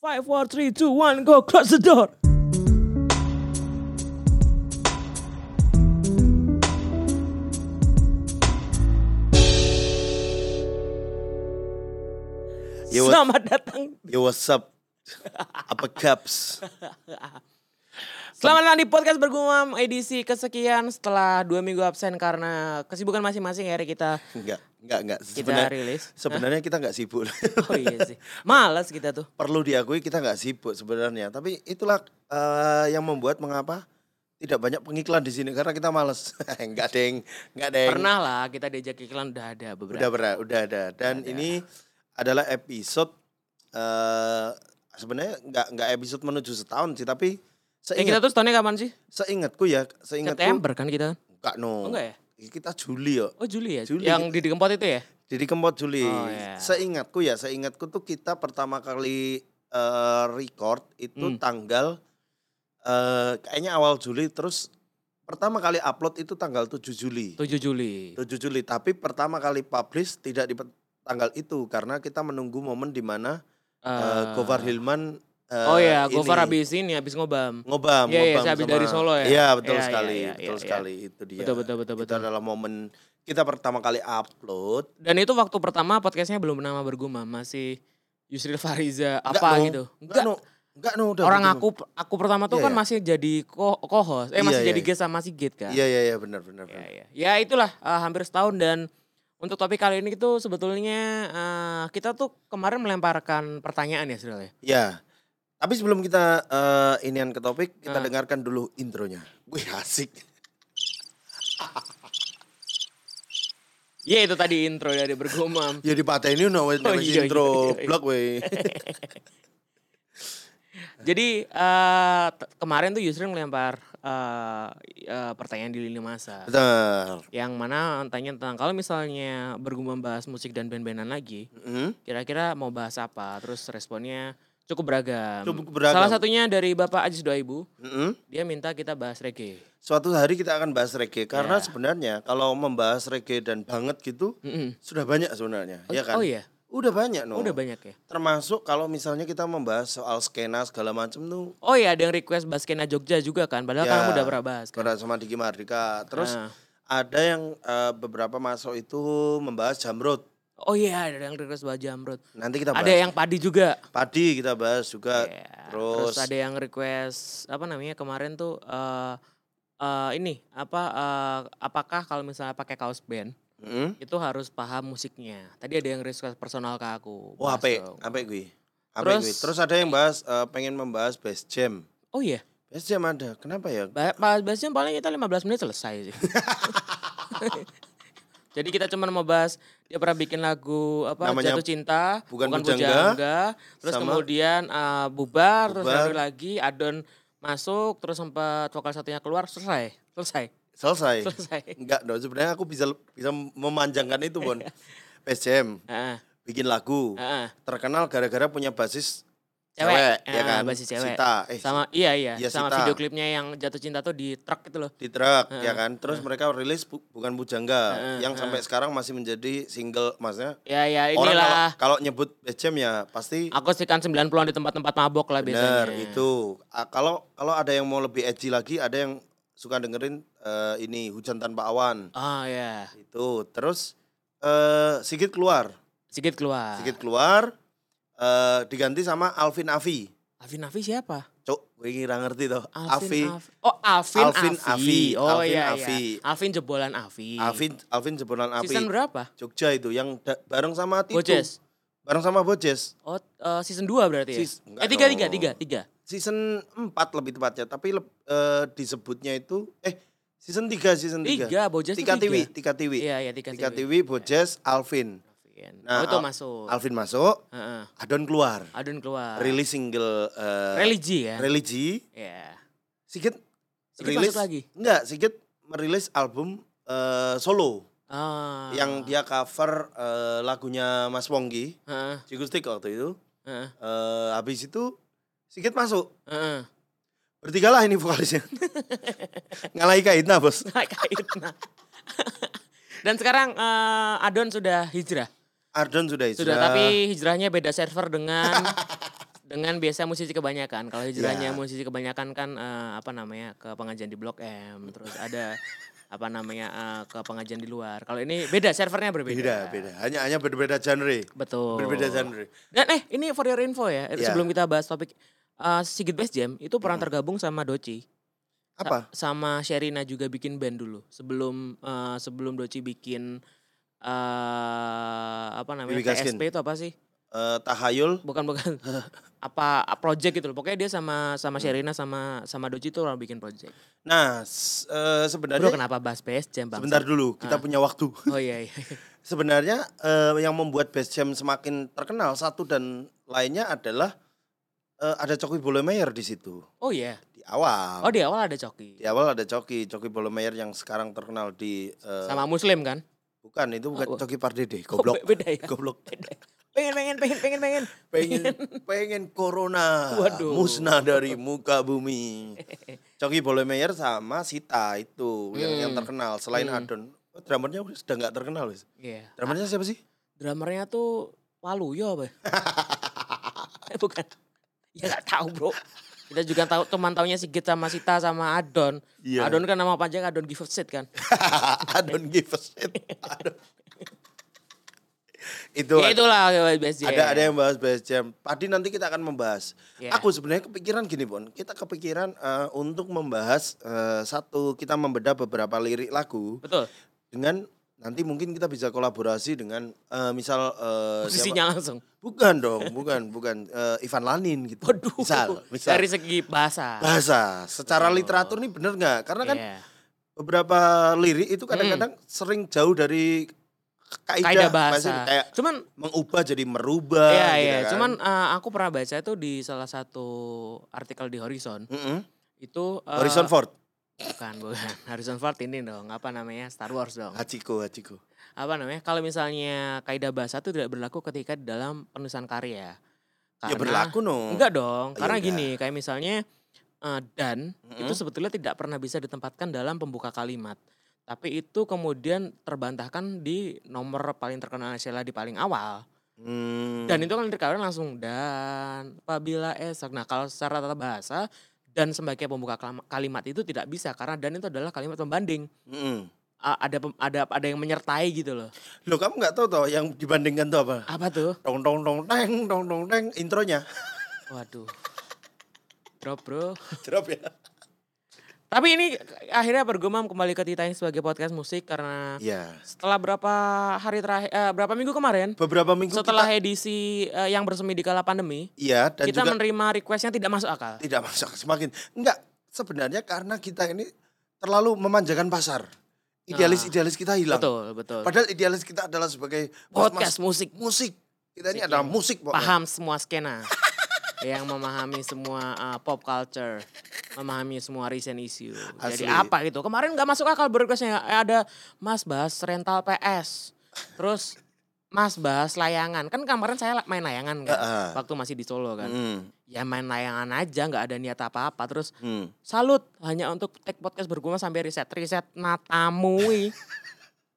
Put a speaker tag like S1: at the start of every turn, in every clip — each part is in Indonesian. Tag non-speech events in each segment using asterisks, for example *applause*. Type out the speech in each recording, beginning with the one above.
S1: Five, four, three, two, one, go close the door.
S2: Yo, what-
S1: Selamat datang.
S2: Yo what's up? Apa caps?
S1: Selamat datang di podcast bergumam edisi kesekian setelah dua minggu absen karena kesibukan masing-masing akhirnya kita
S2: Enggak, enggak, enggak.
S1: kita rilis.
S2: sebenarnya kita enggak sibuk. *laughs*
S1: Oh iya sih. Males kita tuh.
S2: Perlu diakui kita enggak sibuk sebenarnya, tapi itulah eh, yang membuat mengapa tidak banyak pengiklan di sini karena kita males. *laughs* enggak, Deng. Enggak, Deng.
S1: Pernah lah kita diajak iklan udah ada beberapa.
S2: Udah pernah, udah ada. Dan
S1: Udah ada.
S2: ini adalah episode eh sebenarnya enggak enggak episode menuju setahun sih, tapi
S1: Eh kita
S2: seingat,
S1: tuh setahunnya kapan sih?
S2: seingatku ya, seingatku
S1: September kan kita.
S2: enggak
S1: Oh
S2: no.
S1: enggak ya?
S2: Kita Juli yo.
S1: Oh Juli ya.
S2: Juli.
S1: Yang di Dikempot itu ya?
S2: Jadi Kempot Juli.
S1: Oh, iya.
S2: Seingatku ya, seingatku tuh kita pertama kali eh, record itu
S1: Hmm.
S2: tanggal eh, kayaknya awal Juli terus pertama kali upload itu tanggal 7 Juli.
S1: 7 Juli.
S2: 7 Juli, tapi pertama kali publish tidak di pe- tanggal itu karena kita menunggu momen di mana eh,
S1: Eh,
S2: Gofar Hilman eh,
S1: Oh iya,
S2: ini,
S1: Gofar habis ini habis ngobam.
S2: ngobam,
S1: Iya, iya,
S2: ngobam
S1: saya habis
S2: sama-
S1: dari Solo ya.
S2: Iya, betul
S1: Iya, iya,
S2: sekali,
S1: iya,
S2: betul
S1: iya,
S2: sekali itu dia.
S1: Betul betul betul
S2: Itu
S1: betul.
S2: adalah momen kita pertama kali upload
S1: Dan itu waktu pertama podcastnya belum bernama bergumam, masih Yusril Fariza
S2: Enggak,
S1: apa
S2: no.
S1: gitu.
S2: Enggak, no. Enggak, no, udah
S1: orang
S2: begitu.
S1: aku aku pertama tuh
S2: Iya,
S1: kan
S2: iya.
S1: masih jadi co- co-host, eh
S2: Iya,
S1: masih
S2: iya,
S1: jadi
S2: iya.
S1: guest sama si Git kan.
S2: Iya, iya, iya, benar, benar.
S1: Ya,
S2: benar.
S1: ya. ya itulah eh, hampir setahun dan untuk topik kali ini itu sebetulnya eh, kita tuh kemarin melemparkan pertanyaan ya Sril ya.
S2: Iya. Tapi sebelum kita eh, inian ke topik, kita
S1: Ah.
S2: dengarkan dulu intronya. Wih,
S1: *laughs*
S2: asik.
S1: Ya itu tadi intro dari
S2: *laughs*
S1: bergumam.
S2: Ya di patah ini no,
S1: Oh, iya,
S2: intro
S1: iya, iya.
S2: blog *laughs* weh.
S1: Jadi eh, t- kemarin tuh Yusril melempar eh, eh, pertanyaan di lini masa.
S2: Benar.
S1: Yang mana tanya tentang kalau misalnya bergumam bahas musik dan band-bandan lagi,
S2: Mm-mm.
S1: kira-kira mau bahas apa? Terus responnya cukup beragam.
S2: Cukup beragam.
S1: Salah satunya dari Bapak Ajis Doaibu,
S2: Mm-mm.
S1: dia minta kita bahas reggae.
S2: Suatu hari kita akan bahas reggae
S1: Ya.
S2: karena sebenarnya kalau membahas reggae dan banget gitu
S1: Mm-mm.
S2: sudah banyak sebenarnya,
S1: Oh,
S2: ya
S1: oh
S2: kan?
S1: iya,
S2: Udah banyak no.
S1: udah banyak ya.
S2: Termasuk kalau misalnya kita membahas soal skena segala macam tuh
S1: Oh iya, ada yang request bahas Kena Jogja juga kan, padahal
S2: Ya.
S1: kamu udah pernah bahas kan.
S2: Berat sama Diki Mardika. Terus
S1: Ah.
S2: ada yang eh, beberapa masuk itu membahas jamrut.
S1: Oh iya, ada yang request bahas Jamrud.
S2: Nanti kita bahas
S1: Ada yang padi juga.
S2: padi kita bahas juga.
S1: Iya,
S2: Terus,
S1: ada yang request apa namanya kemarin tuh eh eh, ini apa eh, apakah kalau misalnya pakai kaos band
S2: Mm.
S1: itu harus paham musiknya. Tadi ada yang request personal ke aku. bahas
S2: Wah, ape,
S1: dong.
S2: ape gue. Ape
S1: Terus-
S2: gue. Terus ada yang bahas eh, pengen membahas best jam.
S1: Oh iya,
S2: Best jam ada. Kenapa ya?
S1: Ba- bahas bahasnya paling kita 15 menit
S2: *laughs*
S1: selesai sih. Jadi kita cuma mau bahas dia pernah bikin lagu apa
S2: Namanya
S1: jatuh cinta
S2: Bukan Pujangga,
S1: Pujangga, terus
S2: sama-
S1: kemudian eh, bubar, terus
S2: Bubar.
S1: baru lagi Adon masuk terus sempat vokal satunya keluar selesai selesai
S2: Eh. Selesai.
S1: selesai.
S2: Enggak, no. sebenarnya aku bisa bisa memanjangkan itu, Bon.
S1: Iya.
S2: best jam
S1: Heeh,
S2: bikin lagu.
S1: heeh.
S2: Terkenal gara-gara punya basis
S1: Ah. Cewek,
S2: cewek, ya
S1: ah,
S2: kan?
S1: basis cewek.
S2: Sita. Eh,
S1: sama iya iya
S2: Iya,
S1: sama
S2: Sita.
S1: video klipnya yang jatuh cinta tuh di truk itu loh.
S2: di truk ya kan terus mereka rilis Bu- bukan bujangga
S1: Heeh,
S2: yang sampai sekarang masih menjadi single maksudnya
S1: Ya ya
S2: orang kalau-
S1: inilah Ah,
S2: kalau nyebut Bejam ya pasti
S1: akustikan 90-an kan di tempat-tempat mabok lah biasanya.
S2: benar itu Ah, kalau kalau ada yang mau lebih edgy lagi ada yang suka dengerin eh, ini hujan tanpa awan
S1: Oh ya,
S2: itu terus eh Sigit keluar
S1: sedikit keluar.
S2: Sigit keluar eh, diganti sama Alvin Avi
S1: Alvin Avi siapa?
S2: Cuk, gue ngira ngerti tuh Avi
S1: Alvin Avi. Oh, Alvin,
S2: Alvin
S1: Avi.
S2: Avi,
S1: Oh
S2: Alvin
S1: iya,
S2: Avi.
S1: iya. Alvin jebolan Avi.
S2: Alvin Alvin jebolan Avi
S1: Season berapa?
S2: Jogja itu yang da- bareng sama Titu
S1: Boces.
S2: bareng sama Bojes
S1: Oh, eh, season 2 berarti ya?
S2: Seas- enggak
S1: eh, tiga,
S2: dong.
S1: tiga, tiga, tiga.
S2: season 4 lebih tepatnya tapi leb- eh, disebutnya itu eh season 3 season 3
S1: Tiga, Bojes tuh
S2: Tika Tiwi
S1: tiga.
S2: Tika Tiwi
S1: Iya, iya, tiga,
S2: Tika
S1: tiga.
S2: Tiwi Bojes Alvin
S1: Alvin. oh,
S2: Nah,
S1: Ah. itu
S2: Al-
S1: masuk.
S2: Alvin masuk
S1: Heeh.
S2: Adon keluar
S1: Adun keluar.
S2: rilis single eh,
S1: Religi ya?
S2: religi
S1: Iya.
S2: Sigit
S1: Sedikit
S2: rilis
S1: masuk lagi.
S2: enggak Sigit merilis album eh, solo
S1: Ah.
S2: yang dia cover eh, lagunya Mas Wonggi
S1: Heeh,
S2: Cigustik waktu itu
S1: heeh,
S2: Eh, habis itu Sigit masuk
S1: heeh. *laughs*
S2: bertigalah ini vokalisnya ngalahi Kaitna bos
S1: Nah, kait, nah. *laughs* Dan sekarang eh, Adon sudah hijrah.
S2: Ardon sudah hijrah.
S1: Sudah, tapi hijrahnya beda server dengan *laughs* dengan biasa musisi kebanyakan. Kalau hijrahnya
S2: Iya.
S1: musisi kebanyakan kan eh, apa namanya ke pengajian di Blok M, terus
S2: *laughs*
S1: ada apa namanya eh, ke pengajian di luar. Kalau ini beda Oh. servernya berbeda.
S2: Beda, beda. Hanya hanya berbeda genre.
S1: Betul.
S2: Berbeda genre.
S1: Dan eh ini for your info ya, eh,
S2: Iya.
S1: sebelum kita bahas topik eh, Sigit Best Jam itu pernah tergabung sama Doci. Sa-
S2: Apa?
S1: Sama Sherina juga bikin band dulu. Sebelum eh, sebelum Doci bikin eh apa namanya
S2: Bibi Gaskin.
S1: PSP itu apa sih?
S2: Eh, tahayul.
S1: Bukan
S2: *laughs*
S1: bukan. apa a- project gitu loh. Pokoknya dia sama sama
S2: Hmm.
S1: Sherina sama sama Doci tuh orang bikin project.
S2: Nah, s- eh, sebenarnya
S1: Bro kenapa bahas Best Jam Bang?
S2: sebentar dulu, kita punya waktu.
S1: Oh iya iya.
S2: Sebenarnya eh, yang membuat Best Jam semakin terkenal satu dan lainnya adalah eh, ada Coki Bolomeyer di situ
S1: Oh iya.
S2: di awal.
S1: Oh di awal ada Coki.
S2: Di awal ada Coki, Coki Bolomeyer yang sekarang terkenal di eh,
S1: Sama Muslim kan?
S2: bukan itu bukan
S1: Oh.
S2: Coki Pardede,
S1: Oh,
S2: goblok.
S1: be- *laughs* beda ya.
S2: Goblok.
S1: Pengen pengen pengen pengen pengen.
S2: Pengen pengen corona
S1: Iya. Waduh.
S2: musnah dari muka bumi. Coki Bolomeyer sama Sita itu yang, yang
S1: Hmm.
S2: terkenal selain
S1: Hmm.
S2: Adon. Oh, drummernya udah- sudah nggak terkenal, wis.
S1: Iya.
S2: Drummernya
S1: *laughs*
S2: siapa sih?
S1: Drummernya tuh Waluyo
S2: *laughs*
S1: apa? ya? Eh, Bukan. Ya nggak tahu bro. Kita juga tahu teman taunya Sigit sama Sita sama Adon.
S2: Iya.
S1: Adon kan nama panjang Adon Give a Shit kan.
S2: I don't give a shit. I don't- itu
S1: ya itulah BSJ.
S2: Iya. ada ada yang bahas bahas jam. Padi nanti kita akan membahas.
S1: Iya.
S2: Aku sebenarnya kepikiran gini Bon, kita kepikiran eh, untuk membahas eh, satu kita membedah beberapa lirik lagu
S1: Betul.
S2: dengan nanti mungkin kita bisa kolaborasi dengan eh, misal eh, siapa-
S1: Posisinya langsung.
S2: bukan dong, bukan bukan eh, Ivan Lanin gitu.
S1: Waduh.
S2: Misal, misal.
S1: Dari segi bahasa.
S2: bahasa secara
S1: Betul.
S2: literatur nih bener nggak? Karena kan
S1: Iya. Hmm.
S2: beberapa lirik itu kadang-kadang sering jauh dari
S1: Kaidah
S2: kaidah
S1: bahasa.
S2: kayak
S1: Cuman
S2: mengubah jadi merubah
S1: Iya
S2: gitu
S1: iya,
S2: kan.
S1: cuman eh, aku pernah baca itu di salah satu artikel di Horizon
S2: Mm-mm.
S1: itu eh,
S2: Harrison Ford
S1: bukan bukan *laughs* Horizon Ford ini dong apa namanya Star Wars dong.
S2: Hachiko Hachiko
S1: apa namanya kalau misalnya kaidah bahasa itu tidak berlaku ketika di dalam penulisan karya
S2: ya berlaku no
S1: enggak dong
S2: Oh, ya
S1: karena
S2: udah.
S1: gini kayak misalnya eh, dan
S2: Mm-mm.
S1: itu sebetulnya tidak pernah bisa ditempatkan dalam pembuka kalimat tapi itu kemudian terbantahkan di nomor paling terkenal Sheila di paling awal
S2: Hmm.
S1: dan itu kan lirik awalnya langsung dan apabila esok nah kalau secara tata bahasa dan sebagai pembuka kalama- kalimat itu tidak bisa karena dan itu adalah kalimat pembanding
S2: Mm-mm.
S1: A- ada pem- ada ada yang menyertai gitu loh
S2: lo kamu nggak tahu toh yang dibandingkan tuh apa
S1: apa tuh
S2: tong tong tong teng tong tong teng intronya *laughs*
S1: Waduh. Drop bro.
S2: drop ya
S1: Tapi ini akhirnya bergumam kembali ke Titanic sebagai podcast musik karena
S2: Iya.
S1: setelah berapa hari terakhir, eh, berapa minggu kemarin,
S2: beberapa minggu
S1: setelah
S2: kita-
S1: edisi eh, yang bersemi di kala pandemi,
S2: iya dan
S1: kita
S2: juga
S1: menerima request yang tidak masuk akal.
S2: tidak masuk semakin enggak sebenarnya karena kita ini terlalu memanjakan pasar idealis idealis kita
S1: Ah.
S2: hilang
S1: Betul, betul.
S2: Padahal idealis kita adalah sebagai
S1: Podcast
S2: mas-
S1: musik.
S2: musik. Kita ini
S1: Musik
S2: adalah
S1: yang
S2: musik pokoknya.
S1: Paham semua skena. *laughs* yang memahami semua eh, pop culture, memahami semua recent issue. Jadi
S2: Asli.
S1: apa gitu? Kemarin nggak masuk akal berrequestnya Eh, ada Mas bahas rental PS, terus Mas bahas layangan. Kan kemarin saya la- main layangan kan,
S2: Heeh.
S1: waktu masih di Solo kan.
S2: Ah. Hmm,
S1: Ya main layangan aja, nggak ada niat apa-apa. Terus
S2: hmm.
S1: salut hanya untuk tag podcast berguna sampai riset riset
S2: *laughs*
S1: natamui.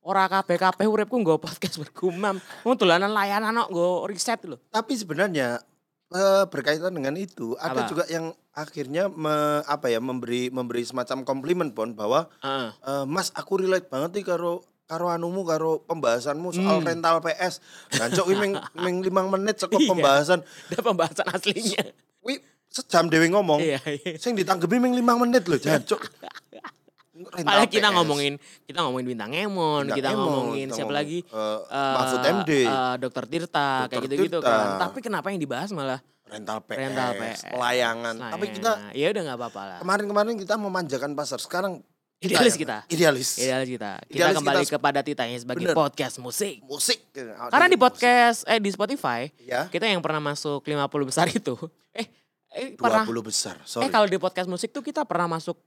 S1: Ora kabeh kabeh uripku nggo podcast bergumam. Wong dolanan layanan kok nggo riset lho.
S2: Tapi sebenarnya eh, berkaitan dengan itu ada
S1: Apa?
S2: juga yang akhirnya me- apa ya memberi memberi semacam komplimen pon bahwa
S1: Heeh.
S2: eh, Mas aku relate banget nih karo karo anumu karo pembahasanmu
S1: Hmm.
S2: soal rental PS. Ngancok iki ming ming limang menit sekop
S1: Iya.
S2: pembahasan.
S1: Ada pembahasan aslinya.
S2: Wi sejam dewe ngomong.
S1: Iya, iya.
S2: Sing ditanggepi ming limang menit loh jancuk.
S1: *laughs* Padahal kita ngomongin kita ngomongin bintang Emon,
S2: Bintang
S1: kita
S2: Emon,
S1: ngomongin
S2: kita
S1: siapa
S2: ngomong,
S1: lagi?
S2: eh,
S1: Eh,
S2: Mahfud MD.
S1: eh, Dokter Tirta, kayak
S2: Dr.
S1: gitu-gitu
S2: Tirta.
S1: kan. Tapi kenapa yang dibahas malah
S2: rental PS,
S1: rental PS,
S2: layangan. Tapi kita
S1: layangan. ya udah nggak apa-apa lah.
S2: kemarin-kemarin kita memanjakan pasar, sekarang
S1: Idealis
S2: layangan.
S1: kita.
S2: Idealis.
S1: Idealis Iya, kita. Kita
S2: Idealis
S1: kembali
S2: kita-
S1: kepada titanya sebagai
S2: Bener.
S1: podcast musik.
S2: Musik.
S1: Karena di podcast eh di Spotify
S2: ya
S1: kita yang pernah masuk 50 besar *laughs* itu. Eh, eh
S2: 20
S1: pernah
S2: besar.
S1: Eh
S2: Sorry.
S1: kalau di podcast musik tuh kita pernah masuk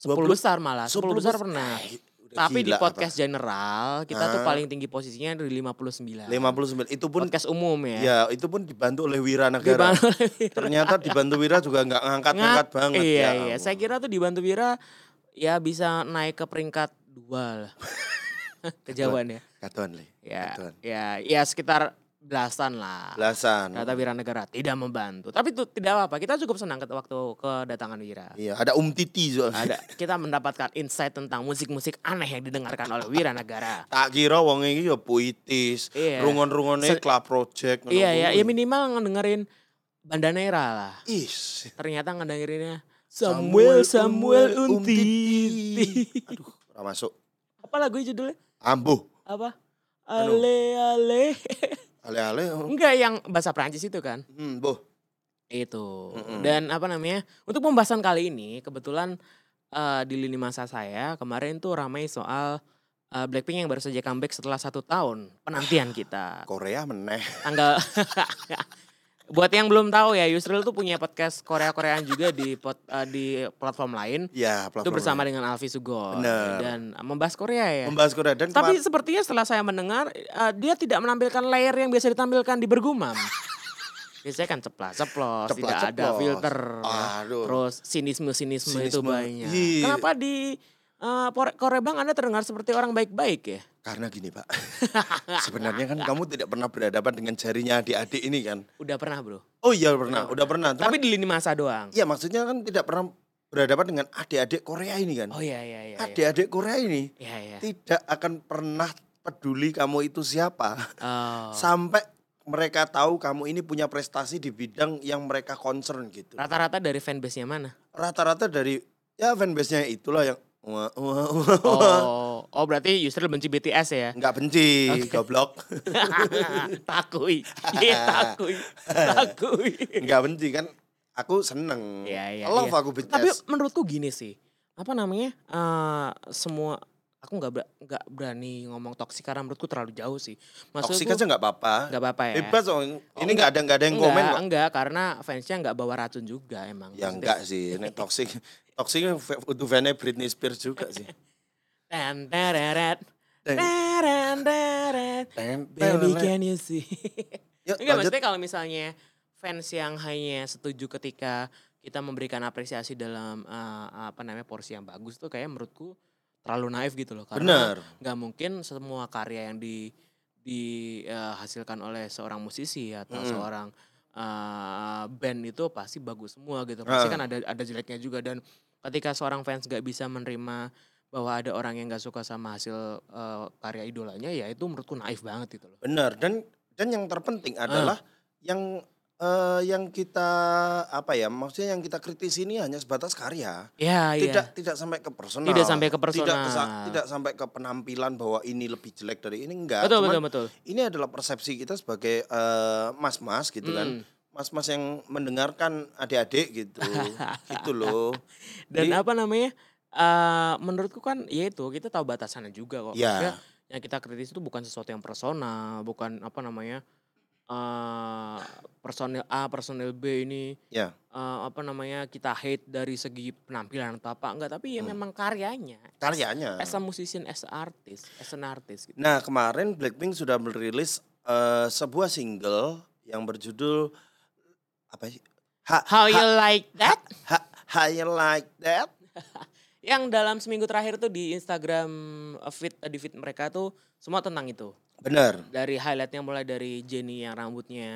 S1: 10
S2: 20
S1: besar malah. 10,
S2: 10
S1: besar
S2: besar.
S1: pernah.
S2: Eh, udah
S1: Tapi di
S2: gila apa.
S1: podcast general kita tuh
S2: Ah.
S1: paling tinggi posisinya dari 59.
S2: 59 itu pun
S1: podcast umum ya.
S2: ya itu pun dibantu oleh Wira Negara.
S1: Dibantu oleh Wira.
S2: Ternyata dibantu Wira juga nggak ngangkat-ngangkat
S1: Ngat-
S2: banget
S1: Iya
S2: ya.
S1: iya.
S2: ampun.
S1: Saya kira tuh dibantu Wira ya bisa naik ke peringkat
S2: *laughs*
S1: dua lah. Kejauhan ya.
S2: Katuan Le.
S1: Ya,
S2: Katuan.
S1: ya, ya sekitar belasan lah.
S2: Belasan.
S1: Data Wira Negara tidak membantu. Tapi itu tidak apa-apa. Kita cukup senang ket- waktu kedatangan Wira.
S2: Iya, ada Um Titi soalnya.
S1: Ada kita mendapatkan insight tentang musik-musik aneh yang didengarkan oleh Wira Negara.
S2: Tak kira wong iki ya puitis,
S1: Iya.
S2: rungon-rungone
S1: Se-
S2: club project ngono
S1: iya ya,
S2: kuwi.
S1: ya minimal ngedengerin Bandanera lah.
S2: Is.
S1: Ternyata ngedengerinnya Samuel Samuel *laughs* Untiti.
S2: Aduh, ora masuk.
S1: apa lagu judulnya?
S2: Ambuh.
S1: Apa?
S2: Anu.
S1: Ale ale. *laughs*
S2: Ale-ale. oh,
S1: Enggak yang bahasa Prancis itu kan?
S2: Hmm, boh.
S1: Itu.
S2: Mm-mm.
S1: Dan apa namanya? Untuk pembahasan kali ini kebetulan eh, di lini masa saya kemarin tuh ramai soal eh, Blackpink yang baru saja comeback setelah satu tahun penantian kita.
S2: Korea meneh.
S1: Tanggal *laughs* Buat yang belum tahu ya, Yusril tuh punya podcast Korea-Koreaan juga di pot- eh, di platform lain.
S2: Ya,
S1: Itu
S2: platform
S1: bersama
S2: lain.
S1: dengan Alfi Sugoi
S2: Bener.
S1: dan membahas Korea ya.
S2: membahas Korea dan
S1: Tapi
S2: kemar-
S1: sepertinya setelah saya mendengar eh, dia tidak menampilkan layer yang biasa ditampilkan di bergumam. *laughs* Biasanya kan ceplas-ceplos, tidak ada
S2: Ceplas-ceplos.
S1: filter. Ah.
S2: Aduh.
S1: Terus sinisme-sinisme itu
S2: Sinisme.
S1: banyak.
S2: Iya.
S1: Kenapa di eh, Por- Korea Bang Anda terdengar seperti orang baik-baik ya?
S2: karena gini,
S1: *laughs*
S2: Pak. Sebenarnya kan kamu tidak pernah berhadapan dengan jarinya adik-adik ini kan.
S1: Udah pernah, Bro.
S2: Oh iya pernah, udah pernah. Tapi
S1: Tapi di lini masa doang.
S2: iya maksudnya kan tidak pernah berhadapan dengan adik-adik Korea ini kan.
S1: Oh iya iya iya. iya.
S2: Adik-adik Korea ini
S1: Iya iya.
S2: tidak akan pernah peduli kamu itu siapa
S1: Oh.
S2: sampai mereka tahu kamu ini punya prestasi di bidang yang mereka concern gitu.
S1: Rata-rata dari fanbase-nya *laughs* mana?
S2: Rata-rata dari ya fanbase-nya itulah yang wah, wah, wah, wah.
S1: Oh, oh berarti Yusril benci BTS *laughs* ya?
S2: nggak benci
S1: Oke.
S2: goblok,
S1: takui, iya *laughs* takui, takui.
S2: nggak benci kan. Aku seneng,
S1: Iya, iya,
S2: love
S1: iya.
S2: aku BTS.
S1: Tapi menurutku gini sih, apa namanya? eh semua aku nggak ber- nggak berani ngomong toksik karena menurutku terlalu jauh sih.
S2: Toxic
S1: Maksudnya
S2: aja nggak apa-apa.
S1: nggak apa-apa ya.
S2: Bebas oh. Ini nggak ada nggak ada yang
S1: enggak,
S2: komen kok.
S1: enggak, karena fansnya nggak bawa racun juga emang.
S2: Ya
S1: Maksudnya-
S2: enggak sih, ini toxic. Toxic itu fan Britney Spears juga sih.
S1: Tan, tareret,
S2: Teng.
S1: taran, taret.
S2: Tem-
S1: Baby
S2: tem-
S1: can you see?
S2: Yuk,
S1: Enggak
S2: lanjut.
S1: maksudnya kalau misalnya fans yang hanya setuju ketika kita memberikan apresiasi dalam eh, apa namanya porsi yang bagus tuh kayak menurutku terlalu naif gitu loh karena
S2: Bener.
S1: nggak mungkin semua karya yang di dihasilkan oleh seorang musisi atau
S2: Mm.
S1: seorang eh, band itu pasti bagus semua gitu pasti
S2: Ah.
S1: kan ada ada jeleknya juga dan ketika seorang fans nggak bisa menerima bahwa ada orang yang nggak suka sama hasil eh, karya idolanya ya itu menurutku naif banget gitu loh
S2: Benar dan dan yang terpenting adalah yang eh, yang kita apa ya maksudnya yang kita kritisi ini hanya sebatas karya
S1: Ya,
S2: tidak
S1: iya.
S2: tidak sampai ke personal
S1: Tidak sampai ke
S2: tidak
S1: personal.
S2: kesa- tidak sampai ke penampilan bahwa ini lebih jelek dari ini enggak
S1: Betul,
S2: Cuman
S1: betul, betul.
S2: ini adalah persepsi kita sebagai eh, mas-mas gitu kan
S1: Mm.
S2: mas-mas yang mendengarkan adik-adik
S1: *laughs*
S2: gitu gitu loh
S1: Dan
S2: Jadi-
S1: apa namanya? eh menurutku kan ya itu kita tahu batasannya juga kok. Maksudnya,
S2: ya
S1: Yang kita kritisi itu bukan sesuatu yang personal, bukan apa namanya? eh personil A, personil B ini
S2: Ya.
S1: eh, apa namanya? Kita hate dari segi penampilan atau apa enggak, tapi ya
S2: Hmm.
S1: memang karyanya.
S2: karyanya
S1: As a musician, as a artist, as an artist gitu.
S2: Nah kemarin Blackpink sudah merilis eh, sebuah single yang berjudul apa sih? Ha,
S1: How
S2: ha,
S1: you like that?
S2: ha, how you like that?
S1: Yang dalam seminggu terakhir tuh di Instagram eh, feed di feed mereka tuh semua tentang itu.
S2: Bener.
S1: dari highlightnya mulai dari Jenny yang rambutnya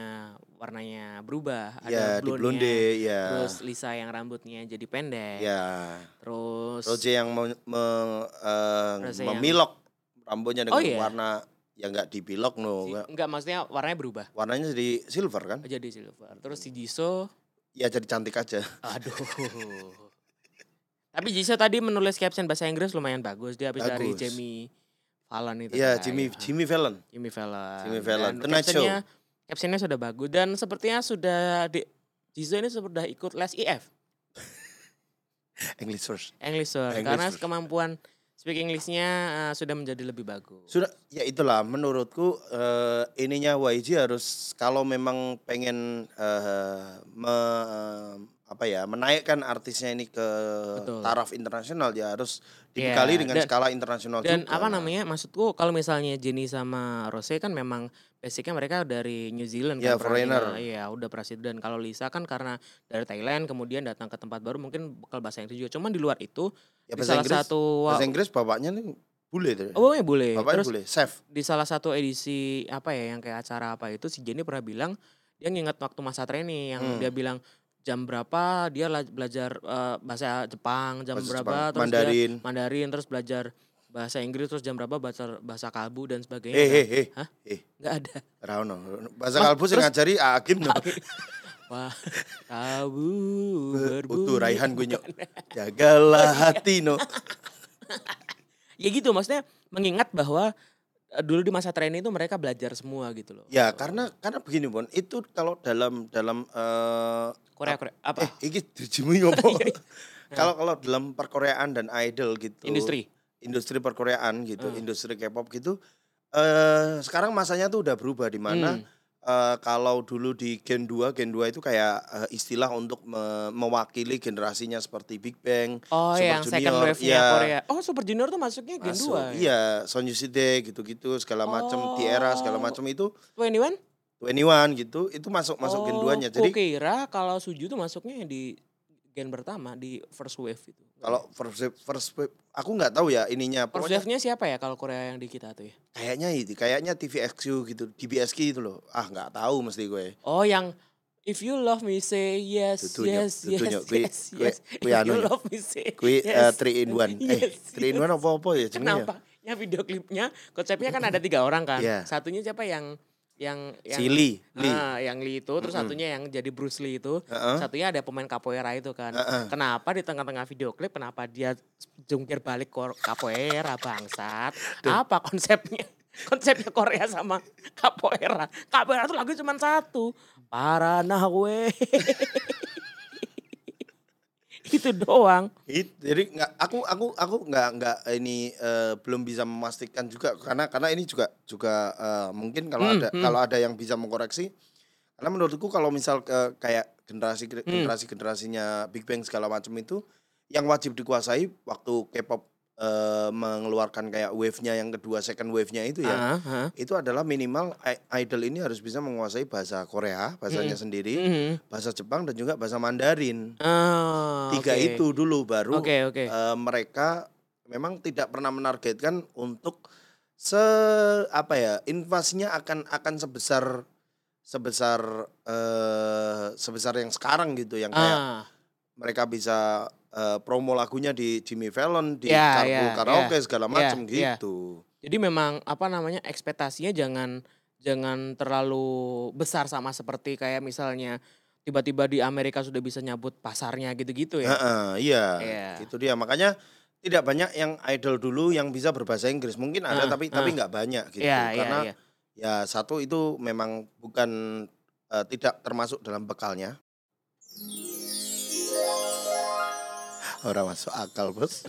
S1: warnanya berubah
S2: ya di
S1: blonde-nya,
S2: blonde ya.
S1: terus Lisa yang rambutnya jadi pendek
S2: ya.
S1: terus
S2: Roje yang me- me- eh,
S1: Rose yang-
S2: memilok rambutnya
S1: Oh,
S2: dengan
S1: iya.
S2: warna yang nggak dipilok no.
S1: si- enggak maksudnya warnanya berubah
S2: Warnanya jadi silver kan?
S1: jadi silver terus si Jisoo
S2: Ya jadi cantik aja. *laughs*
S1: aduh tapi Jisoo tadi menulis caption bahasa Inggris lumayan bagus dia habis dari
S2: Bagus.
S1: Jamie Fallon itu
S2: Iya
S1: kan,
S2: Jimmy
S1: ya.
S2: Jimmy Fallon.
S1: Jimmy Fallon
S2: Jimmy Fallon,
S1: Dan
S2: Tonight Show.
S1: captionnya captionnya sudah bagus dan sepertinya sudah di, Jisoo ini sudah ikut les IF
S2: English first.
S1: English sir,
S2: English
S1: karena
S2: sir.
S1: kemampuan speak Englishnya eh, sudah menjadi lebih bagus.
S2: Sudah, ya itulah menurutku eh, ininya YG harus kalau memang pengen eh, me- apa ya menaikkan artisnya ini ke
S1: Betul.
S2: taraf internasional ya harus
S1: Iya,
S2: dibekali dengan
S1: dan-
S2: skala internasional
S1: Dan
S2: juga.
S1: apa namanya? Maksudku kalau misalnya Jenny sama Rose kan memang basicnya mereka dari New Zealand
S2: Ya,
S1: kan perannya.
S2: foreigner.
S1: Iya, udah presiden. Dan kalau Lisa kan karena dari Thailand kemudian datang ke tempat baru mungkin bekal bahasa Inggris juga. Cuman di luar itu
S2: Ya
S1: di
S2: bahasa
S1: salah
S2: Inggris,
S1: satu
S2: bahasa Inggris bapaknya nih Bule tuh.
S1: Oh, bapaknya bule.
S2: Bapaknya
S1: Terus
S2: bule, chef.
S1: di salah satu edisi apa ya yang kayak acara apa itu si Jenny pernah bilang dia nginget waktu masa training yang
S2: Hmm.
S1: dia bilang jam berapa dia la- belajar eh, bahasa Jepang jam
S2: bahasa
S1: berapa
S2: Jepang,
S1: terus dia
S2: Mandarin.
S1: Mandarin terus belajar bahasa Inggris terus jam berapa bahasa bahasa kalbu dan sebagainya.
S2: Eh, eh, eh.
S1: Iya, Hah?
S2: Eh,
S1: Nggak ada. *laughs*
S2: Rano. Bahasa
S1: Mas,
S2: kalbu sih
S1: terus-
S2: ngajari Agim no.
S1: Wah, kalbu berbunyi.
S2: Utuh Raihan gue nyok. Jagalah hati no.
S1: Ya gitu maksudnya mengingat bahwa eh, dulu di masa training itu mereka belajar semua gitu loh.
S2: Ya karena karena begini Bon, itu kalau dalam dalam eh,
S1: Korea Korea apa?
S2: eh iki dijimu
S1: *laughs*
S2: ngomong.
S1: Iya,
S2: *laughs* Kalau kalau dalam perkoreaan dan idol gitu.
S1: Industri.
S2: Industri perkoreaan gitu,
S1: Hmm.
S2: industri K-pop gitu. eh sekarang masanya tuh udah berubah di
S1: Hmm.
S2: mana eh, kalau dulu di Gen 2, Gen 2 itu kayak eh, istilah untuk me- mewakili generasinya seperti Big Bang,
S1: Oh
S2: Super
S1: yang second
S2: Junior,
S1: wave-nya
S2: iya.
S1: Korea. Oh Super Junior tuh masuknya Gen 2
S2: Masuk,
S1: ya?
S2: Iya, Son Yusude gitu-gitu segala macam, Tiara segala
S1: Oh.
S2: macam itu
S1: 21?
S2: anyone gitu, itu masuk masuk gen
S1: Oh,
S2: 2-nya. Jadi
S1: kukira kalau Suju tuh masuknya di gen pertama di first wave itu.
S2: kalau first wave- first wave- aku nggak tahu ya ininya
S1: first
S2: pokoknya
S1: wave-nya siapa ya kalau Korea yang di kita tuh ya?
S2: kayaknya itu kayaknya TVXQ gitu, DBSQ itu loh. Ah, nggak tahu mesti gue.
S1: Oh yang If you love me say yes
S2: Tutu nyok,
S1: yes
S2: tutu
S1: yes
S2: nyok. Kui-
S1: yes
S2: kui-
S1: yes.
S2: kui
S1: If
S2: anu
S1: you
S2: nyok.
S1: love me say
S2: Kui eh,
S1: yes.
S2: three in one.
S1: *laughs*
S2: eh,
S1: Yes,
S2: three in
S1: yes.
S2: one apa-apa ya jenengnya?
S1: Kenapa? Ya video klipnya konsepnya kan ada tiga orang kan.
S2: Iya.
S1: Satunya siapa yang yang yang
S2: Si Lee, Lee.
S1: Ah, yang Lee itu terus satunya yang jadi Bruce Lee itu,
S2: Heeh.
S1: satunya ada pemain capoeira itu kan.
S2: Heeh.
S1: Kenapa di tengah-tengah video klip kenapa dia jungkir balik kor- capoeira bangsat? Apa konsepnya? *laughs* Konsepnya Korea sama capoeira. Capoeira tuh lagu cuma satu. Para nahwe. *laughs* itu doang.
S2: It- jadi nggak aku aku aku nggak nggak ini eh, belum bisa memastikan juga karena karena ini juga juga eh, mungkin kalau
S1: Hmm,
S2: ada kalau ada yang bisa mengkoreksi karena menurutku kalau misal eh, kayak generasi
S1: Hmm.
S2: generasi generasinya Big Bang segala macam itu yang wajib dikuasai waktu K-pop eh, mengeluarkan kayak wave-nya yang kedua second wave-nya itu ya
S1: Ah, ah.
S2: itu adalah minimal i- idol ini harus bisa menguasai bahasa Korea bahasanya sendiri
S1: Mhm.
S2: bahasa Jepang dan juga bahasa Mandarin
S1: Ah,
S2: tiga
S1: oke.
S2: itu dulu baru
S1: Oke, oke.
S2: eh, mereka memang tidak pernah menargetkan untuk se apa ya invasinya akan akan sebesar sebesar eh, sebesar yang sekarang gitu yang kayak
S1: Ah,
S2: mereka bisa eh, promo lagunya di Jimmy Fallon di
S1: Ya,
S2: kartu
S1: ya,
S2: karaoke segala
S1: ya,
S2: macam
S1: ya.
S2: gitu
S1: jadi memang apa namanya ekspektasinya jangan jangan terlalu besar sama seperti kayak misalnya tiba-tiba di Amerika sudah bisa nyabut pasarnya gitu-gitu ya.
S2: Heeh, iya
S1: Iya.
S2: itu dia makanya tidak banyak yang idol dulu yang bisa berbahasa Inggris mungkin ada
S1: Ah,
S2: tapi tapi nggak banyak gitu
S1: Iya, iya,
S2: karena
S1: iya.
S2: Ya satu itu memang bukan eh, tidak termasuk dalam bekalnya. Orang masuk akal bos.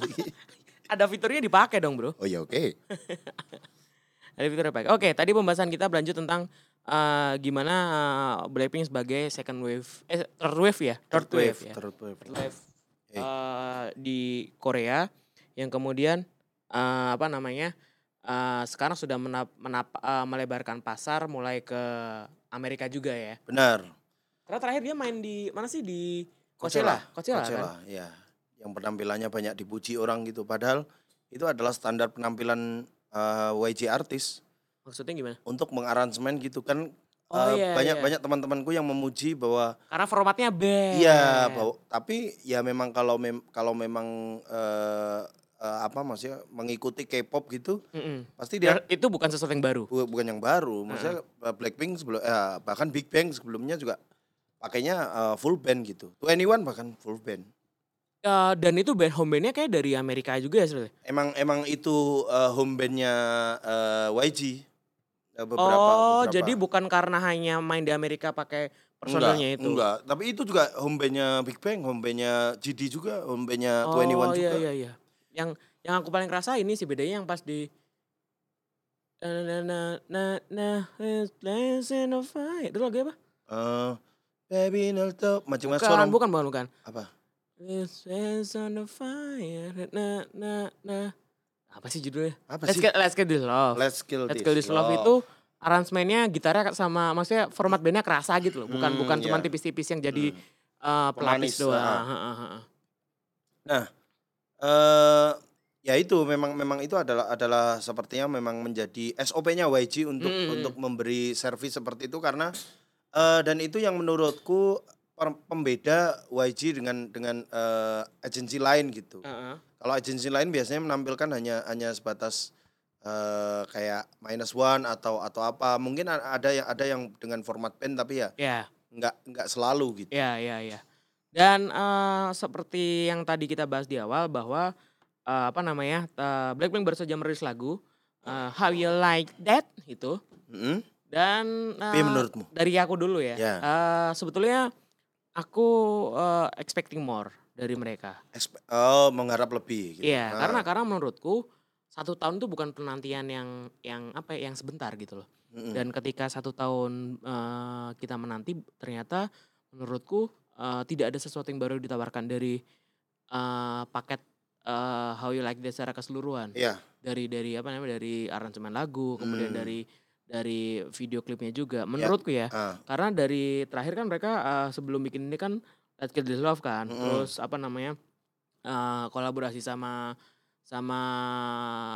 S1: Ada fiturnya dipakai dong, Bro.
S2: oh ya oke.
S1: Ada fiturnya dipakai. Oke, tadi pembahasan kita berlanjut tentang eh, gimana eh, Blackpink sebagai second wave eh third wave ya, third, wave, ya.
S2: Third wave.
S1: live
S2: Eh.
S1: eh, di Korea yang kemudian eh, apa namanya eh, sekarang sudah menap, menap- eh, melebarkan pasar mulai ke Amerika juga ya.
S2: Benar.
S1: Karena terakhir dia main di mana sih di
S2: Coachella.
S1: Coachella, Coachella, kan?
S2: Coachella, ya. Yang penampilannya banyak dipuji orang gitu. Padahal itu adalah standar penampilan eh, YG artis
S1: Maksudnya gimana?
S2: untuk mengaransemen gitu kan.
S1: Oh,
S2: eh,
S1: iya,
S2: banyak
S1: iya.
S2: banyak teman-temanku yang memuji bahwa
S1: Karena formatnya band.
S2: Iya, bau- tapi ya memang kalau mem kalau memang eh, eh, apa maksudnya mengikuti K-pop gitu,
S1: Mm-mm.
S2: pasti dia
S1: Dan Itu bukan sesuatu yang baru.
S2: bu- bukan yang baru.
S1: Hmm.
S2: Maksudnya eh, Blackpink sebelum eh, bahkan Big Bang sebelumnya juga pakainya eh, full band gitu. 21 bahkan full band.
S1: Eh, dan itu band home bandnya kayak dari Amerika juga ya sebenarnya.
S2: Emang emang itu eh, home bandnya eh, YG Eh,
S1: Oh,
S2: beberapa beberapa.
S1: jadi bukan karena hanya main di Amerika pakai personelnya
S2: Enggak,
S1: itu.
S2: Enggak, tapi itu juga home bandnya Big Bang, home bandnya GD juga, home bandnya 21
S1: iya,
S2: juga.
S1: iya, iya. Yang yang aku paling kerasa ini sih bedanya yang pas di na na na na na it's blazing a fire. Itu lagu apa?
S2: Eh, baby no stop macam
S1: Bukan,
S2: sorong
S1: bukan, bukan, bukan.
S2: apa
S1: It's blazing a fire. Na na na na. Apa sih judulnya?
S2: apa
S1: Let's
S2: sih
S1: get Let's get this love.
S2: let's kill Oh.
S1: Let's get this love itu aransemennya gitarnya sama maksudnya format bandnya kerasa gitu loh. Bukan
S2: Hmm,
S1: bukan cuman
S2: iya.
S1: tipis-tipis yang jadi
S2: Hmm. uh-huh.
S1: eh, pelapis
S2: Pemanis,
S1: doang.
S2: ah.
S1: Ha, ha, ha, ha.
S2: eh ya itu memang memang itu adalah adalah sepertinya memang menjadi SOP-nya YG untuk
S1: Mm.
S2: untuk memberi servis seperti itu karena eh, dan itu yang menurutku per- pembeda YG dengan dengan eh, agensi lain gitu.
S1: Heeh.
S2: Kalau agensi lain biasanya menampilkan hanya hanya sebatas eh, kayak minus one atau atau apa. Mungkin a- ada yang ada yang dengan format band tapi ya
S1: ya
S2: nggak nggak selalu gitu.
S1: Ya, ya, ya. Dan eh, seperti yang tadi kita bahas di awal bahwa eh, apa namanya eh, Blackpink baru saja merilis lagu eh, How You Like That itu
S2: Mm-mm.
S1: dan
S2: Hmm? Tapi
S1: eh,
S2: menurutmu?
S1: dari aku dulu ya.
S2: Ya.
S1: eh, sebetulnya aku eh, expecting more dari mereka.
S2: Expe- Oh mengharap lebih. gitu.
S1: Iya,
S2: Ah.
S1: karena karena menurutku satu tahun itu bukan penantian yang yang apa ya, yang sebentar gitu loh
S2: Mm-mm.
S1: dan ketika satu tahun eh, kita menanti ternyata menurutku eh, tidak ada sesuatu yang baru ditawarkan dari eh, paket eh, How You Like That secara keseluruhan
S2: Iya.
S1: dari dari apa namanya dari aransemen lagu kemudian
S2: Hmm.
S1: dari dari video klipnya juga menurutku ya
S2: Ah.
S1: karena dari terakhir kan mereka eh, sebelum bikin ini kan Let's Get This Love kan
S2: Mm-mm.
S1: terus apa namanya eh, kolaborasi sama sama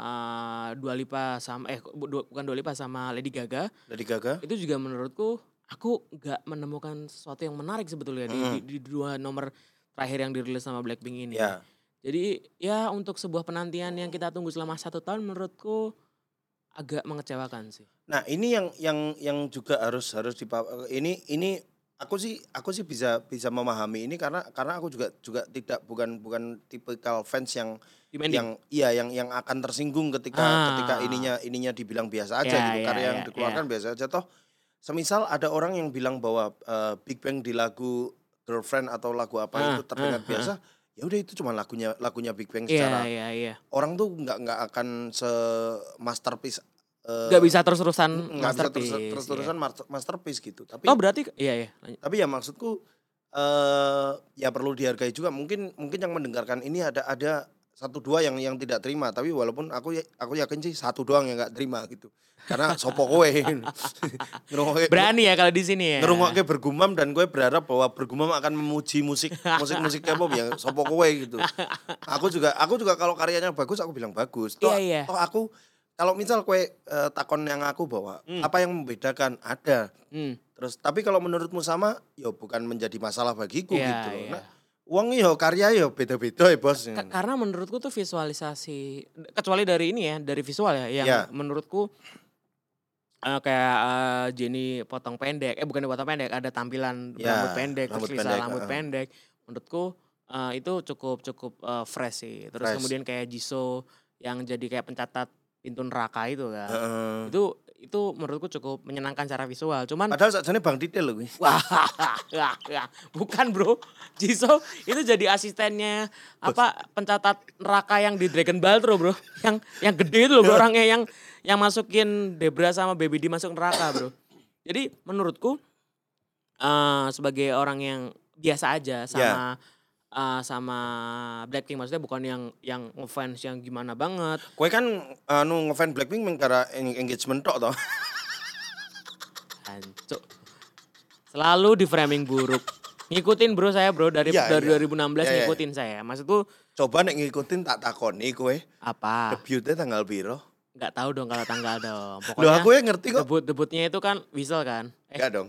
S1: eh, Dua Lipa sama eh bu- du- bukan Dua Lipa sama Lady Gaga
S2: Lady Gaga.
S1: itu juga menurutku aku nggak menemukan sesuatu yang menarik sebetulnya di,
S2: Mm.
S1: di- di dua nomor terakhir yang dirilis sama Blackpink ini.
S2: Ya.
S1: Jadi ya untuk sebuah penantian yang kita tunggu selama satu tahun menurutku agak mengecewakan sih.
S2: Nah, ini yang yang yang juga harus harus dipa- ini ini aku sih aku sih bisa bisa memahami ini karena karena aku juga juga tidak bukan bukan tipikal fans yang yang
S1: Demanding.
S2: iya yang yang akan tersinggung ketika
S1: Ah.
S2: ketika ininya ininya dibilang biasa aja
S1: Ya,
S2: gitu
S1: ya,
S2: karya yang
S1: ya,
S2: dikeluarkan biasa aja toh. Semisal ada orang yang bilang bahwa eh, Big Bang di lagu Girlfriend atau lagu apa
S1: Ah,
S2: itu terdengar
S1: ah, ah.
S2: biasa, ya udah itu cuma lagunya lagunya Big Bang
S1: Iya
S2: secara eh,
S1: iya iya.
S2: orang tuh nggak nggak akan se masterpiece eh,
S1: Gak bisa terus-terusan
S2: nggak bisa terus
S1: masterpiece. iya.
S2: terus terusan masterpiece gitu tapi
S1: Oh berarti iya iya. lanjut.
S2: tapi ya maksudku eh ya perlu dihargai juga mungkin mungkin yang mendengarkan ini ada ada satu dua yang yang tidak terima tapi walaupun aku ya- aku yakin sih satu doang yang nggak terima gitu karena sopo
S1: *laughs*
S2: kowe ngerungokke
S1: Berani ya kalau di sini ya.
S2: ngerungokke bergumam dan gue berharap bahwa bergumam akan memuji musik musik musik K-pop yang sopo kowe gitu aku juga aku juga kalau karyanya bagus aku bilang bagus toh,
S1: Iya, iya.
S2: toh aku kalau misal kue eh, takon yang aku bahwa
S1: Hmm.
S2: apa yang membedakan ada
S1: Hmm,
S2: terus tapi kalau menurutmu sama ya bukan menjadi masalah bagiku
S1: Iya,
S2: gitu
S1: iya.
S2: nah, uang yo karya yo beda-beda ya bos
S1: Ka- karena menurutku tuh visualisasi kecuali dari ini ya dari visual ya yang
S2: Ya.
S1: menurutku eh, kayak eh, Jenny potong pendek eh bukan potong pendek ada tampilan
S2: Ya,
S1: rambut pendek terus
S2: rambut
S1: Lisa
S2: pendek,
S1: rambut
S2: heeh.
S1: pendek menurutku eh, itu cukup cukup eh, fresh sih terus
S2: Fresh.
S1: kemudian kayak Jisoo yang jadi kayak pencatat pintu neraka itu kan
S2: Heeh.
S1: itu itu menurutku cukup menyenangkan secara visual cuman
S2: padahal saat bang Didel loh gue.
S1: Wah, wah, wah. *laughs* bukan bro, Jisoo itu jadi asistennya apa pencatat neraka yang di Dragon Ball tuh bro, yang yang gede itu loh bro, orangnya yang yang masukin Debra sama Baby D masuk neraka bro. Jadi menurutku eh, sebagai orang yang biasa aja sama eh, sama Blackpink maksudnya bukan yang yang ngefans yang gimana banget.
S2: Kue kan anu ngefans Blackpink mengkara eng- engagement tok toh. *laughs*
S1: Hancur. Selalu di framing buruk. Ngikutin bro saya bro dari
S2: Iya,
S1: dari
S2: iya.
S1: 2016
S2: Iya, iya.
S1: ngikutin saya. Maksudku
S2: Coba nek ngikutin tak takoni kowe.
S1: apa?
S2: Debutnya tanggal piro?
S1: Nggak tahu dong kalau tanggal dong.
S2: Loh
S1: Pokoknya
S2: aku ya ngerti kok.
S1: debut debutnya itu kan Whistle kan? Eh,
S2: Enggak dong.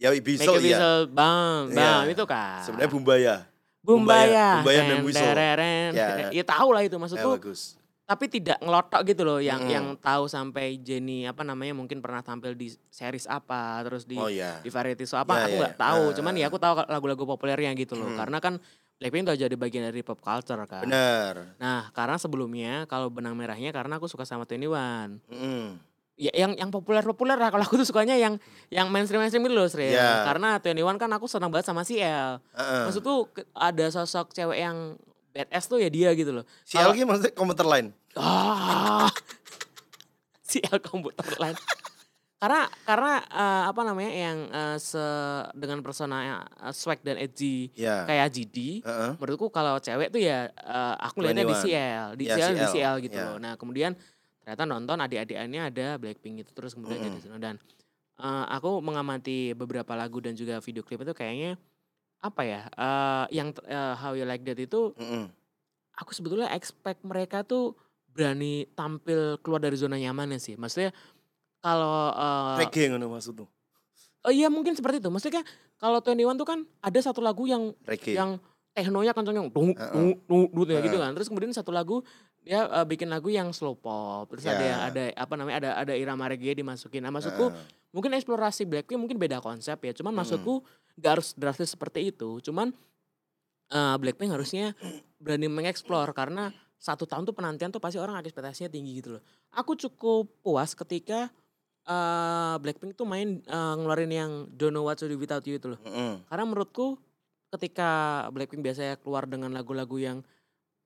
S2: Ya
S1: Make
S2: bisa
S1: a
S2: iya.
S1: Whistle Bam Bam
S2: Iya.
S1: itu kan.
S2: Sebenarnya Bumbaya.
S1: Bumbaya.
S2: Bumbaya dan Whistle.
S1: tendereren.
S2: Ya.
S1: Ya tahu lah itu
S2: Ya
S1: maksudku.
S2: bagus.
S1: tapi tidak ngelotok gitu loh yang
S2: Mm-mm.
S1: yang tahu sampai Jenny apa namanya mungkin pernah tampil di series apa terus di
S2: Oh, iya.
S1: di variety show apa
S2: Iya,
S1: aku
S2: iya.
S1: nggak tahu
S2: Ah.
S1: cuman ya aku tahu lagu-lagu populernya gitu loh karena kan Blackpink udah jadi bagian dari pop culture kan
S2: Benar.
S1: nah karena sebelumnya kalau benang merahnya karena aku suka sama Twenty One
S2: Mm.
S1: ya yang yang populer populer lah kalau aku tuh sukanya yang yang mainstream mainstream gitu loh Sri
S2: Iya.
S1: karena Twenty One kan aku senang banget sama CL
S2: Heeh.
S1: maksudku ke- ada sosok cewek yang badass tuh ya dia gitu loh
S2: Si Algi maksudnya komputer lain.
S1: Ah. *laughs* si L komputer lain. karena karena eh, apa namanya yang eh, se dengan persona yang, eh, swag dan edgy
S2: Ya.
S1: kayak GD
S2: Heeh.
S1: menurutku kalau cewek tuh ya eh, aku lihatnya di
S2: 21.
S1: CL, di
S2: Ya,
S1: CL, di
S2: CL,
S1: CL gitu
S2: ya.
S1: loh. Nah, kemudian ternyata nonton adik-adikannya ada Blackpink itu terus kemudian jadi Snow. dan eh, aku mengamati beberapa lagu dan juga video klip itu kayaknya apa ya? eh, yang ter- eh, How You Like That itu
S2: Mm-mm.
S1: aku sebetulnya expect mereka tuh berani tampil keluar dari zona nyamannya sih. Maksudnya kalau eh,
S2: Reggae ngono maksud tuh.
S1: oh iya mungkin seperti itu. Maksudnya kalau 21 tuh kan ada satu lagu yang
S2: Reggae.
S1: yang kan tehnonya kenceng yang dung
S2: Iya. Heeh.
S1: dung dung dung ya gitu
S2: Heeh.
S1: kan. Terus kemudian satu lagu dia eh, bikin lagu yang slow pop. Terus ada
S2: Ya.
S1: ada apa namanya ada ada irama reggae dimasukin. Nah, maksudku
S2: Heeh.
S1: mungkin eksplorasi Blackpink mungkin beda konsep ya. Cuman maksudku gak harus drastis seperti itu. Cuman eh, Blackpink harusnya berani mengeksplor karena satu tahun tuh penantian tuh pasti orang ekspektasinya tinggi gitu loh. Aku cukup puas ketika eh, Blackpink tuh main eh, ngeluarin yang Don't Know What to Do Without You itu loh.
S2: Heeh.
S1: Karena menurutku ketika Blackpink biasanya keluar dengan lagu-lagu yang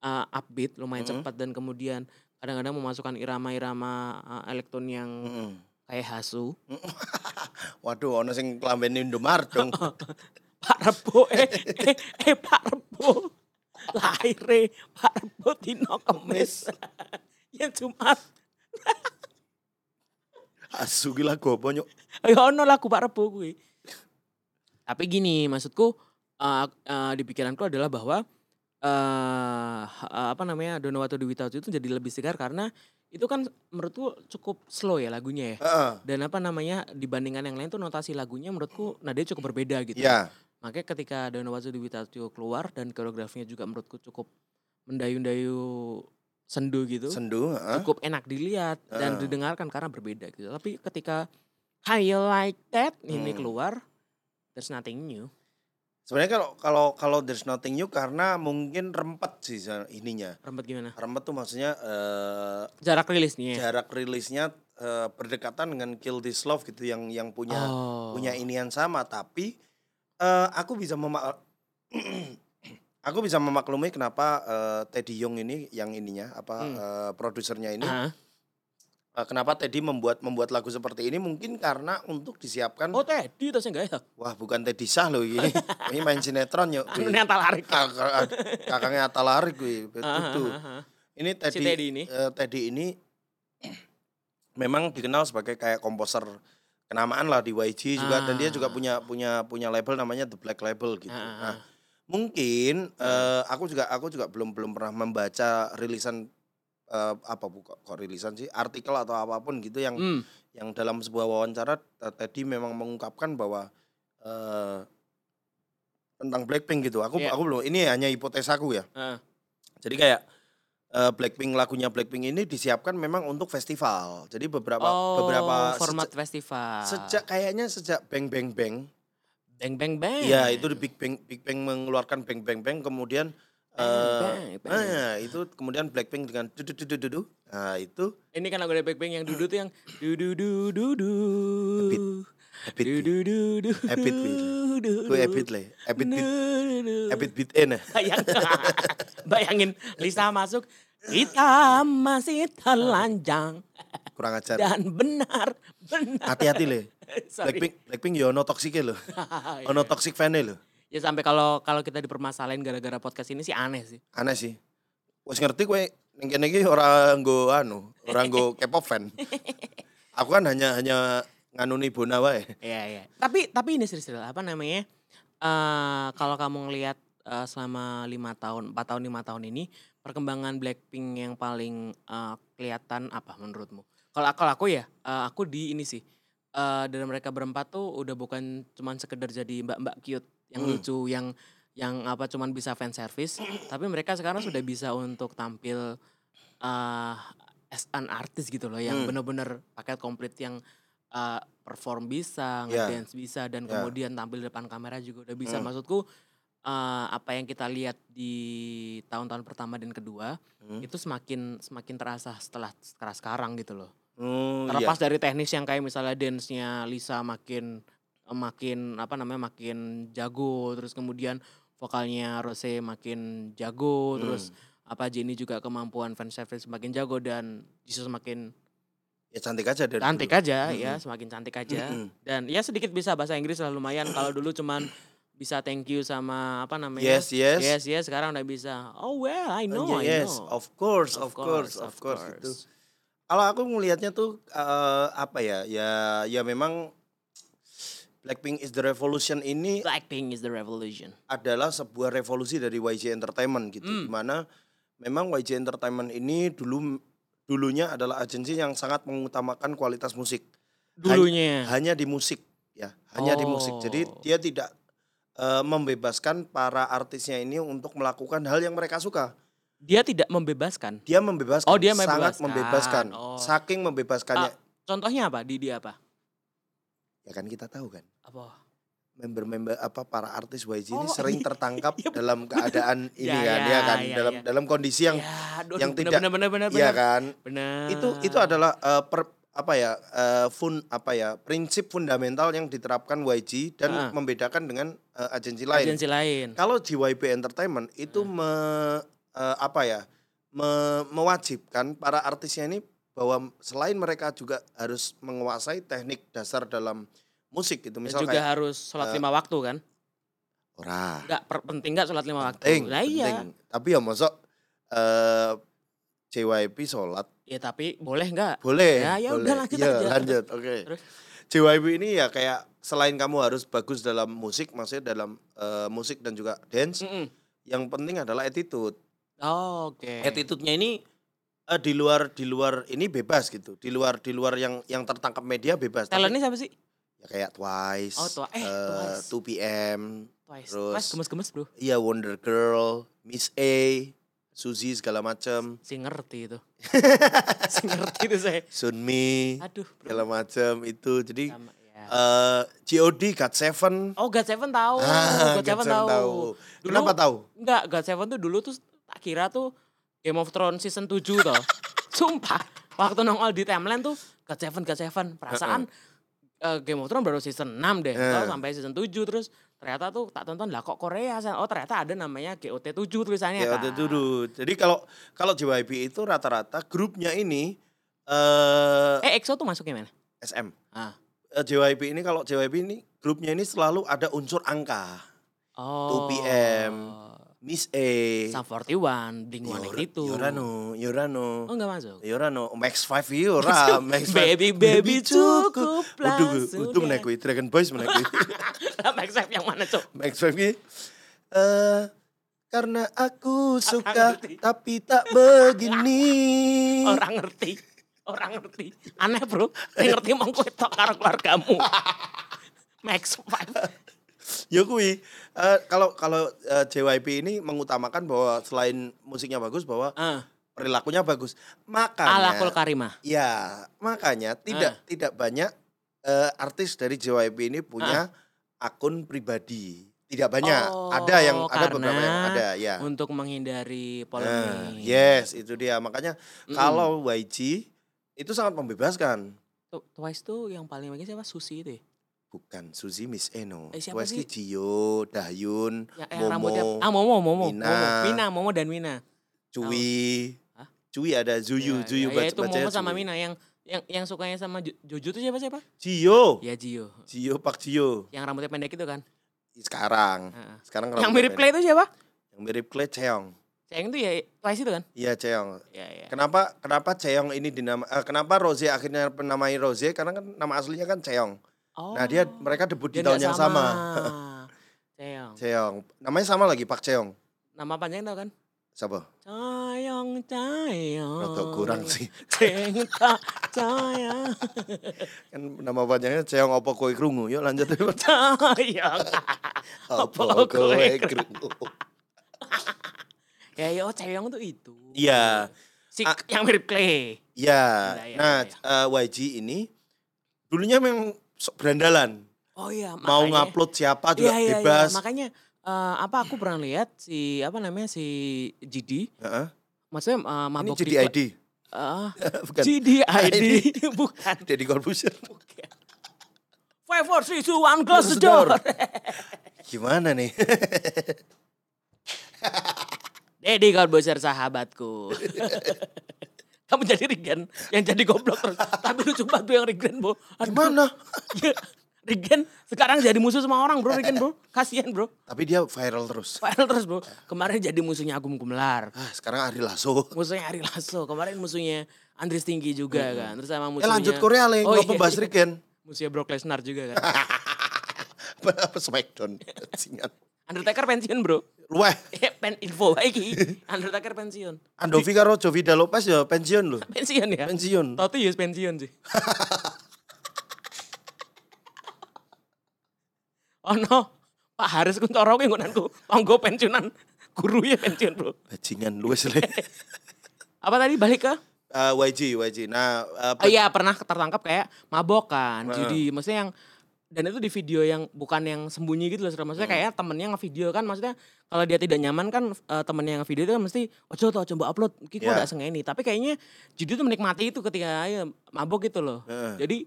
S1: uh, upbeat lumayan
S2: Mm-mm.
S1: cepat dan kemudian kadang-kadang memasukkan irama-irama uh, elektron yang
S2: Heeh.
S1: kayak hasu.
S2: Waduh, ono sing klambene
S1: *laughs*
S2: Indomart dong.
S1: Pak Rebo eh eh, eh Pak Rebo lahir eh, Pak Rebo Dino Kemis. ya Jumat.
S2: Asu ki lagu apa nyok?
S1: Ya ono lagu Pak Rebo kuwi. Tapi gini, maksudku uh, uh, di pikiranku adalah bahwa eh ha- apa namanya Don't Know What to Do Without You itu jadi lebih segar karena itu kan menurutku cukup slow ya lagunya ya.
S2: Heeh.
S1: Dan apa namanya dibandingkan yang lain tuh notasi lagunya menurutku nadanya cukup berbeda gitu.
S2: Ya,
S1: Makanya ketika Don't Know What to Do Without You keluar dan koreografinya juga menurutku cukup mendayu-dayu sendu gitu
S2: sendu, ah? heeh.
S1: cukup enak dilihat dan
S2: Heeh.
S1: didengarkan karena berbeda gitu. Tapi ketika How You Like That ini
S2: Hmm.
S1: keluar, there's nothing new.
S2: Sebenarnya kalau kalau kalau there's nothing new karena mungkin rempet sih sa- ininya.
S1: Rempet gimana?
S2: Rempet tuh maksudnya eh,
S1: Jarak ya? rilisnya.
S2: jarak rilisnya eh, berdekatan dengan Kill This Love gitu yang yang punya
S1: oh.
S2: punya inian sama tapi eh, aku bisa mema *clears throat* aku bisa memaklumi kenapa eh, Teddy Young ini yang ininya apa
S1: Hmm.
S2: eh, produsernya ini
S1: Ah.
S2: eh, kenapa Teddy membuat membuat lagu seperti ini mungkin karena untuk disiapkan
S1: Oh Teddy itu enggak ya?
S2: wah bukan Teddy Sah loh
S1: *laughs*
S2: ini ini main sinetron yuk
S1: Anu ini larik.
S2: Ah, Kakak- kakaknya Atalarik gue itu ini Teddy
S1: Ah, Si Teddy ini.
S2: eh, Teddy ini memang dikenal sebagai kayak komposer kenamaan lah di YG juga dan dia juga
S1: Ah.
S2: punya punya punya label namanya The Black Label gitu.
S1: Ah.
S2: Nah, mungkin eh, aku juga aku juga belum belum pernah membaca rilisan eh, apa bu kok, kok rilisan sih artikel atau apapun gitu yang
S1: Hmm.
S2: yang dalam sebuah wawancara eh, Teddy memang mengungkapkan bahwa eh, tentang Blackpink gitu. Aku
S1: Iya.
S2: aku belum ini hanya hipotesaku ya.
S1: Ah.
S2: Jadi kayak eh, Blackpink lagunya Blackpink ini disiapkan memang untuk festival. Jadi beberapa
S1: Oh,
S2: beberapa
S1: format
S2: sejak,
S1: festival.
S2: sejak kayaknya sejak Bang Bang Bang.
S1: Bang Bang Bang.
S2: Iya, itu di Big Bang Big Bang mengeluarkan Bang Bang Bang kemudian
S1: Bang,
S2: eh,
S1: bang, bang.
S2: Nah, itu kemudian Blackpink dengan du du du du du, du. Nah, itu
S1: Ini kan lagu dari Bang Bang yang dudu tuh yang dudu dudu dudu.
S2: Habit. Habit.
S1: Dudu dudu.
S2: Habit, Will.
S1: dudu.
S2: gue Ebit lah, Ebit Beat,
S1: Dudu.
S2: Ebit Beat N. ya,
S1: Bayangin, bayangin Lisa masuk, kita masih telanjang
S2: kurang ajar.
S1: dan benar benar.
S2: Hati-hati
S1: *laughs*
S2: le.
S1: Sorry.
S2: Blackpink Blackpink yo ono toxic e
S1: *laughs*
S2: lho. Ono toxic fan e lho.
S1: ya sampai kalau kalau kita dipermasalahin gara-gara podcast ini sih aneh sih.
S2: aneh sih wes ngerti kowe ning kene iki ora nggo anu ora
S1: *laughs*
S2: nggo K-pop fan aku kan hanya hanya nganuni Bona wae
S1: Iya iya. Tapi tapi ini serius serius, apa namanya? eh kalau kamu ngelihat eh, selama lima tahun, empat tahun, lima tahun ini perkembangan Blackpink yang paling eh, kelihatan apa menurutmu? Kalau kalau aku ya, eh, aku di ini sih. eh dari mereka berempat tuh udah bukan cuman sekedar jadi mbak-mbak cute yang
S2: Hmm.
S1: lucu, yang yang apa cuman bisa fan service, tapi mereka sekarang sudah bisa untuk tampil eh as an artist gitu loh, yang
S2: Hmm.
S1: bener-bener paket komplit yang eh, perform bisa,
S2: Ya.
S1: ngedance bisa, dan
S2: Ya.
S1: kemudian tampil di depan kamera juga udah bisa.
S2: Hmm.
S1: Maksudku eh, apa yang kita lihat di tahun-tahun pertama dan kedua
S2: Hmm.
S1: itu semakin semakin terasa setelah setelah sekarang gitu loh.
S2: Hmm, iya.
S1: Terlepas dari teknis yang kayak misalnya dance-nya Lisa makin makin apa namanya makin jago, terus kemudian vokalnya Rose makin jago,
S2: Hmm.
S1: terus apa Jenny juga kemampuan fan service semakin jago dan Jisoo semakin
S2: ya cantik aja Hmm, dari
S1: cantik
S2: dulu.
S1: aja
S2: Mm-mm.
S1: ya, semakin cantik aja.
S2: Mm-mm.
S1: Dan ya sedikit bisa bahasa Inggris lah lumayan
S2: *clears throat*
S1: kalau dulu cuman bisa thank you sama apa namanya?
S2: yes yes
S1: Yes, yes, sekarang udah bisa. Oh well, I know,
S2: Oh,
S1: I
S2: yes
S1: know.
S2: of course of course of course, gitu. kalau aku ngelihatnya tuh eh, apa ya ya ya memang Blackpink is the revolution ini
S1: Blackpink is the revolution.
S2: adalah sebuah revolusi dari YG Entertainment gitu
S1: Hmm.
S2: dimana memang YG Entertainment ini dulu dulunya adalah agensi yang sangat mengutamakan kualitas musik.
S1: Dulunya.
S2: hanya di musik ya hanya di musik jadi
S1: Oh.
S2: dia tidak eh, membebaskan para artisnya ini untuk melakukan hal yang mereka suka
S1: Dia tidak membebaskan.
S2: dia membebaskan
S1: Oh, dia
S2: sangat
S1: membebaskan.
S2: membebaskan
S1: Oh. Ah.
S2: saking membebaskannya
S1: Contohnya apa? Di dia apa?
S2: ya kan kita tahu kan
S1: Apa?
S2: member-member apa para artis YG
S1: Oh,
S2: ini sering
S1: iya.
S2: tertangkap
S1: *laughs* Iya,
S2: dalam keadaan ini
S1: Ya,
S2: kan
S1: ya,
S2: ya kan
S1: ya,
S2: dalam
S1: ya.
S2: dalam kondisi yang
S1: ya, aduh,
S2: yang
S1: bener,
S2: tidak-
S1: bener, bener, bener, bener.
S2: iya kan
S1: Bener.
S2: itu itu
S1: Ah.
S2: adalah eh, per- apa ya eh, fun apa ya prinsip fundamental yang diterapkan YG dan
S1: Ah.
S2: membedakan dengan eh, agensi lain Kan,
S1: agensi Ah. lain.
S2: Kalau JYP Entertainment itu me- eh, apa ya me- mewajibkan para artisnya ini bahwa selain mereka juga harus menguasai teknik dasar dalam musik gitu
S1: Dan
S2: misal
S1: juga
S2: kayak
S1: harus sholat
S2: eh,
S1: lima waktu kan?
S2: ora
S1: Enggak penting enggak sholat lima waktu.
S2: penting,
S1: Lah iya.
S2: penting. tapi ya masuk eh JYP sholat
S1: Ya tapi boleh enggak?
S2: boleh
S1: Ya, ya
S2: boleh.
S1: udah, lanjut
S2: Iya,
S1: aja.
S2: lanjut oke
S1: Terus?
S2: JYP ini ya kayak selain kamu harus bagus dalam musik maksudnya dalam eh, musik dan juga dance
S1: Mm-mm.
S2: yang penting adalah attitude
S1: Oh, Oke.
S2: attitude-nya ini eh, di luar di luar ini bebas gitu di luar di luar yang yang tertangkap media bebas Tapi
S1: Talentnya siapa sih?
S2: ya kayak Twice,
S1: Oh, Twi- eh,
S2: eh,
S1: Twice.
S2: 2PM,
S1: Twice.
S2: Terus-
S1: Twice gemes-gemes, Bro.
S2: iya Wonder Girl, Miss A, Suzy segala macam,
S1: Si ngerti itu. si ngerti itu saya.
S2: Sunmi
S1: Aduh, Bro.
S2: segala macam itu jadi
S1: Sama, ya.
S2: eh God God Seven,
S1: Oh, God Seven tahu.
S2: Ah,
S1: God, Seven tahu. Dulu-
S2: kenapa tahu?
S1: Enggak, God Seven tuh dulu tuh tak kira tuh Game of Thrones season 7 toh. Sumpah. Waktu nongol di timeline tuh God Seven, God Seven. Perasaan eh, Game of Thrones baru season 6 deh. Atau
S2: Heeh.
S1: sampai season 7 terus ternyata tuh tak tonton lah kok Korea. San? Oh ternyata ada namanya GOT 7 tulisannya.
S2: Ya
S1: kan.
S2: waktu itu dulu. Jadi kalau kalau JYP itu rata-rata grupnya ini eh
S1: Eh EXO tuh masuknya mana?
S2: SM.
S1: Ah.
S2: Eh, JYP ini kalau JYP ini grupnya ini selalu ada unsur angka.
S1: Oh.
S2: 2PM. Miss A,
S1: Sam 41, Blink
S2: Yor-
S1: 182.
S2: Yorano, Yorano,
S1: Oh enggak masuk. *laughs*
S2: Yorano, Max Five Yora, Max Five.
S1: Baby, baby, cukup
S2: Waduh,
S1: langsung
S2: untung
S1: ya.
S2: menaik kui, Dragon Boys menaik kui.
S1: Lah Maxwell yang mana cok?
S2: Max Five ini, eh, karena aku suka
S1: ngerti.
S2: tapi tak begini.
S1: *laughs* Orang ngerti. Orang ngerti. Aneh bro. Saya *laughs* ngerti mau kowe tok karo *laughs* keluargamu. Max Five.
S2: Ya kui, eh, kalau kalau eh, JYP ini mengutamakan bahwa selain musiknya bagus bahwa
S1: Ah,
S2: perilakunya bagus.
S1: ala
S2: Makanya
S1: kul karimah.
S2: Ya, makanya tidak
S1: Ah.
S2: tidak banyak eh, artis dari JYP ini punya
S1: Ah.
S2: akun pribadi. Tidak banyak.
S1: Oh,
S2: ada yang ada beberapa
S1: karena
S2: yang ada ya.
S1: Untuk menghindari
S2: Nah,
S1: polemik.
S2: yes, itu dia. Makanya
S1: Mm-mm.
S2: kalau YG itu sangat membebaskan.
S1: Tu- Twice tuh yang paling bagus siapa? Susi itu ya?
S2: Bukan Suzy Miss Eno,
S1: Eh, siapa
S2: Twice
S1: sih?
S2: ki Jiyo, Dahyun,
S1: Yang, yang rambutnya.
S2: Momo,
S1: Ah Momo, Momo.
S2: Mina.
S1: Momo. Mina, Momo dan Mina.
S2: Cui.
S1: Oh. Hah?
S2: Cui ada Zuyu,
S1: Ya,
S2: Zuyu
S1: ya, ya,
S2: baca
S1: itu Momo sama
S2: Cui.
S1: Mina yang yang yang sukanya sama Jo- Jojo tuh siapa siapa?
S2: Jiyo,
S1: Ya Jio.
S2: Jiyo Pak Jiyo.
S1: Yang rambutnya pendek itu kan.
S2: Sekarang,
S1: Heeh.
S2: sekarang
S1: Ah. Yang
S2: rambutnya
S1: mirip
S2: pendek.
S1: Clay itu siapa?
S2: Yang mirip Clay Cheong.
S1: Ceng itu ya Twice itu kan?
S2: Iya Cheong.
S1: Ya ya.
S2: Kenapa kenapa Cheong ini dinama eh, kenapa Rose akhirnya menamai Rose karena kan nama aslinya kan Cheong.
S1: Oh.
S2: Nah dia mereka debut di
S1: Dia
S2: tahun
S1: nggak
S2: yang sama.
S1: Ceyong.
S2: Cheong. Namanya sama lagi Pak Cheong.
S1: Nama panjang tau kan?
S2: Siapa?
S1: Ceyong, Ceyong.
S2: Rada kurang
S1: iya,
S2: sih.
S1: Cinta sayang,
S2: Kan nama panjangnya Cheong Opo Koe Krungu. Yuk
S1: *laughs*
S2: lanjut.
S1: sayang. Opo Koe
S2: Krungu.
S1: ya yo Ceyong tuh itu.
S2: Iya.
S1: Si
S2: Ah.
S1: yang mirip Clay.
S2: Iya.
S1: Iya, iya,
S2: Nah, eh, YG ini dulunya memang sok berandalan.
S1: Oh iya.
S2: Mau
S1: makanya-
S2: ngupload siapa
S1: Iya,
S2: juga
S1: iya, iya.
S2: bebas.
S1: Makanya eh, apa aku pernah lihat si apa namanya si GD
S2: Heeh.
S1: maksudnya eh,
S2: Ini
S1: mabuk
S2: jadi
S1: di
S2: ID.
S1: Eh,
S2: *laughs* Bukan.
S1: GD ID *laughs* bukan
S2: Deddy Corbuzier.
S1: *laughs* Bukan. Five, four, three, two, one, close the door.
S2: Gimana
S1: *laughs*
S2: nih?
S1: Deddy Corbuzier sahabatku. *laughs* Kamu jadi Regen yang jadi goblok terus. Tapi lucu banget bro yang Regen bro. Aduh,
S2: Gimana?
S1: ya. Regen sekarang jadi musuh sama orang bro Regen bro. Kasian bro.
S2: Tapi dia viral terus.
S1: Viral terus bro. Kemarin jadi musuhnya Agung Gumelar.
S2: Ah, sekarang Ari Lasso.
S1: Musuhnya Ari Lasso. Kemarin musuhnya Andres Tinggi juga kan. Terus sama
S2: Eh
S1: musuhnya.
S2: lanjut Korea lagi,
S1: Oh,
S2: oh,
S1: iya,
S2: pembahas
S1: iya. *laughs*
S2: Riken.
S1: Musuhnya Brock Lesnar juga kan. *laughs*
S2: Apa Smackdown? Singan.
S1: Undertaker pensiun, Bro. *laughs*
S2: Wah,
S1: Eh, pen info baik Undertaker pensiun.
S2: Andovi karo Jovida Lopez ya pensiun loh.
S1: Pensiun ya?
S2: Pensiun.
S1: Toto ya pensiun *laughs* sih. oh no, Pak Haris Kuncoro ki nggonanku. Tonggo pensiunan, guru ya pensiun, Bro.
S2: Bajingan luwes *laughs* le.
S1: Apa tadi balik ke?
S2: Eh, YG, YG. Nah, eh,
S1: Oh iya, pernah tertangkap kayak mabokan,
S2: Heeh.
S1: judi. Maksudnya yang dan itu di video yang bukan yang sembunyi gitu loh. Sra. Maksudnya kayak temennya ngevideo kan maksudnya kalau dia tidak nyaman kan eh, temennya yang ngevideo itu kan mesti ojo toh coba upload. Kiko gak
S2: Iya.
S1: sengeni. Tapi kayaknya judi tuh menikmati itu ketika ya, mabok gitu loh.
S2: Heeh.
S1: Jadi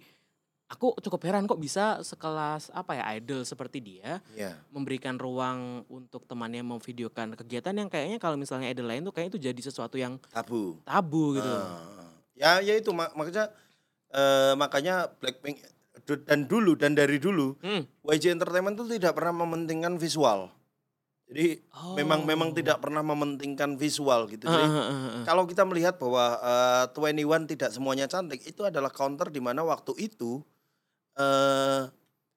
S1: aku cukup heran kok bisa sekelas apa ya idol seperti dia
S2: Iya.
S1: memberikan ruang untuk temannya memvideokan kegiatan yang kayaknya kalau misalnya idol lain tuh kayaknya itu jadi sesuatu yang
S2: tabu.
S1: tabu gitu. loh.
S2: Ah. ya, ya itu mak- makanya eh, makanya Blackpink du- dan dulu dan dari dulu
S1: Hmm.
S2: YG Entertainment itu tidak pernah mementingkan visual. Jadi
S1: Oh.
S2: memang memang tidak pernah mementingkan visual gitu.
S1: Ah,
S2: Jadi
S1: ah, ah, ah.
S2: kalau kita melihat bahwa Twenty 21 tidak semuanya cantik, itu adalah counter di mana waktu itu eh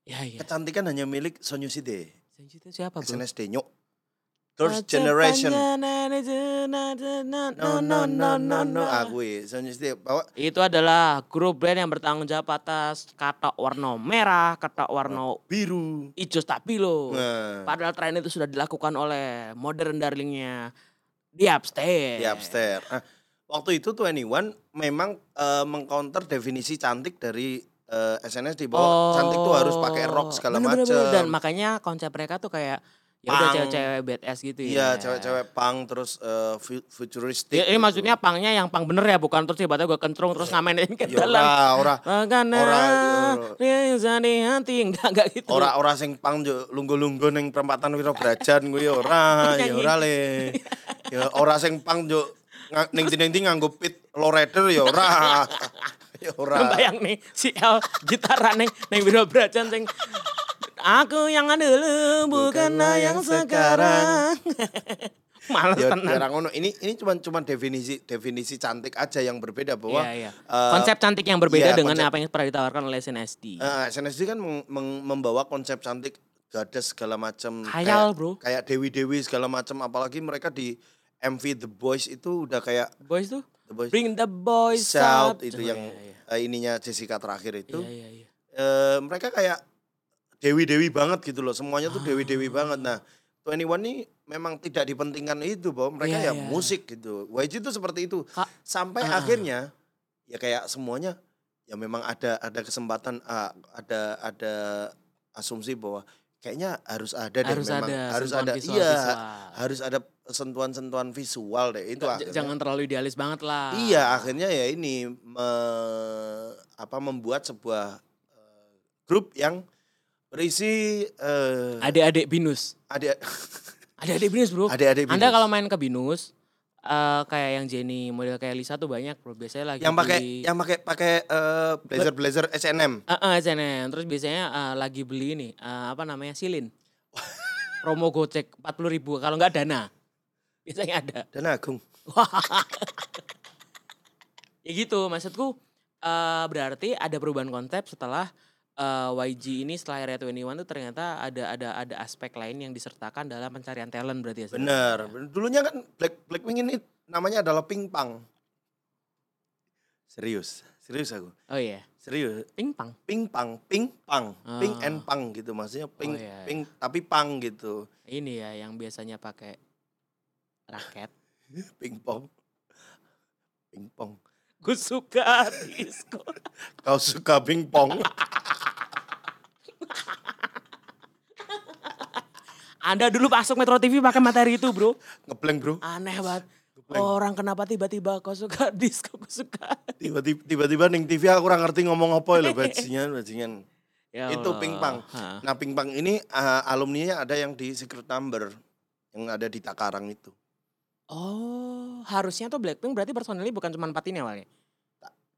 S1: Ya, ya.
S2: kecantikan hanya milik SNSD,
S1: Selanjutnya siapa bro? Nah,
S2: SNSD nyok. Girls Generation. No
S1: nah,
S2: no no no no aku ya, SNSD bahwa
S1: Itu adalah grup band yang bertanggung jawab atas kata warna merah, kata warna
S2: biru.
S1: hijau stabilo.
S2: Nah.
S1: Padahal tren itu sudah dilakukan oleh modern darlingnya di upstairs.
S2: di upstairs. Nah, waktu itu 21 memang eh, mengcounter definisi cantik dari eh, SNSD bahwa cantik tuh harus pakai rok segala
S1: Bener-bener,
S2: macam.
S1: Oh, bener. Dan makanya konsep mereka tuh kayak ya udah
S2: Punk.
S1: cewek-cewek badass gitu ya.
S2: Iya, cewek-cewek punk terus eh, fu- futuristik.
S1: Ya, ini
S2: gitu.
S1: maksudnya pangnya yang pang bener ya, bukan terus tiba-tiba gue kentrung terus ngamenin ke
S2: Ya,
S1: dalam.
S2: ora, ora,
S1: Makanya
S2: Ora, ya
S1: Riza di hati Enggak, enggak gitu
S2: ora, ora sing punk yo lungguh-lungguh ning perempatan Wiro Brajan kuwi ora,
S1: *laughs*
S2: ya
S1: Nyanyi.
S2: ora le. Ya ora sing punk yo nga- ning dinding nganggo pit lowrider ya ora. *laughs* Ya ora.
S1: Bayang nih si El gitaran nih Neng Wiro Brajan sing Aku yang ada dulu
S2: Bukanlah
S1: bukanlah yang
S2: yang
S1: sekarang *laughs* Males
S2: ya
S1: tenang
S2: jarang ngono. Ini ini cuman cuman definisi definisi cantik aja yang berbeda bahwa
S1: Iya, iya.
S2: eh,
S1: Konsep cantik yang berbeda
S2: iya,
S1: dengan
S2: konsep-
S1: apa yang pernah ditawarkan oleh SNSD
S2: eh, SNSD kan meng- meng- membawa konsep cantik gadis segala macam
S1: Khayal, bro.
S2: kayak dewi-dewi segala macam apalagi mereka di MV The Boys itu udah kayak
S1: Boys tuh
S2: The Boys
S1: Bring the boys out
S2: Shout itu
S1: Oh,
S2: yang
S1: iya,
S2: eh, ininya Jessica terakhir
S1: Iya,
S2: itu
S1: iya, iya.
S2: Eh, mereka kayak dewi-dewi banget gitu loh semuanya
S1: Ah.
S2: tuh dewi-dewi banget nah 21 ini memang tidak dipentingkan itu bahwa mereka
S1: Iya,
S2: ya
S1: iya.
S2: musik gitu YG itu seperti itu
S1: Ka-
S2: sampai
S1: Ah.
S2: akhirnya ya kayak semuanya ya memang ada ada kesempatan ah, ada ada asumsi bahwa kayaknya harus ada deh
S1: Harus
S2: memang
S1: ada
S2: harus
S1: sentuhan
S2: ada
S1: visual-
S2: iya
S1: visual.
S2: harus ada sentuhan-sentuhan visual deh itu
S1: J-
S2: akhirnya.
S1: Jangan terlalu idealis banget lah
S2: Iya, akhirnya ya ini me- apa membuat sebuah eh, grup yang berisi eh,
S1: Adik-adik binus
S2: adik
S1: Adik-adik binus bro
S2: adik-adik
S1: Anda
S2: binus.
S1: kalau main ke Binus eh kayak yang Jenny, model kayak Lisa tuh banyak bro. Biasanya lagi
S2: yang pakai
S1: beli-
S2: yang pakai pakai eh, blazer-blazer SNM.
S1: Eh, eh, SNM. Terus biasanya eh, lagi beli ini eh, apa namanya
S2: *laughs*
S1: silin. Promo gocek 40 ribu kalau nggak dana. Biasanya ada.
S2: Dan Agung.
S1: Ya gitu maksudku eh berarti ada perubahan konsep setelah eh, YG ini setelah Area 21 tuh ternyata ada ada ada aspek lain yang disertakan dalam pencarian talent berarti ya. Sarah?
S2: Bener. Dulunya kan Black Blackpink ini namanya adalah Pingpang. Serius, serius aku.
S1: Oh iya,
S2: Serius,
S1: pingpang.
S2: Pingpang, Pingpang, Ping
S1: Ah.
S2: and Pang gitu maksudnya Ping
S1: iya, iya.
S2: Ping tapi Pang gitu.
S1: Ini ya yang biasanya pakai raket.
S2: Pingpong. Pingpong.
S1: Gue suka disco.
S2: Kau suka *laughs* pingpong?
S1: Anda dulu masuk Metro TV pakai materi itu bro.
S2: Ngebleng, Bro.
S1: Aneh banget. Orang kenapa tiba-tiba kau suka disco, kau suka.
S2: Tiba-tiba tiba-tiba ning TV aku kurang ngerti ngomong apa lho bajingan bajingan.
S1: Ya
S2: Itu
S1: Allah.
S2: pingpang.
S1: Hah.
S2: Nah, pingpang ini eh, alumninya ada yang di Secret Number yang ada di Takarang itu.
S1: Oh, harusnya tuh Blackpink berarti personilnya bukan ya, cuma empat ini awalnya.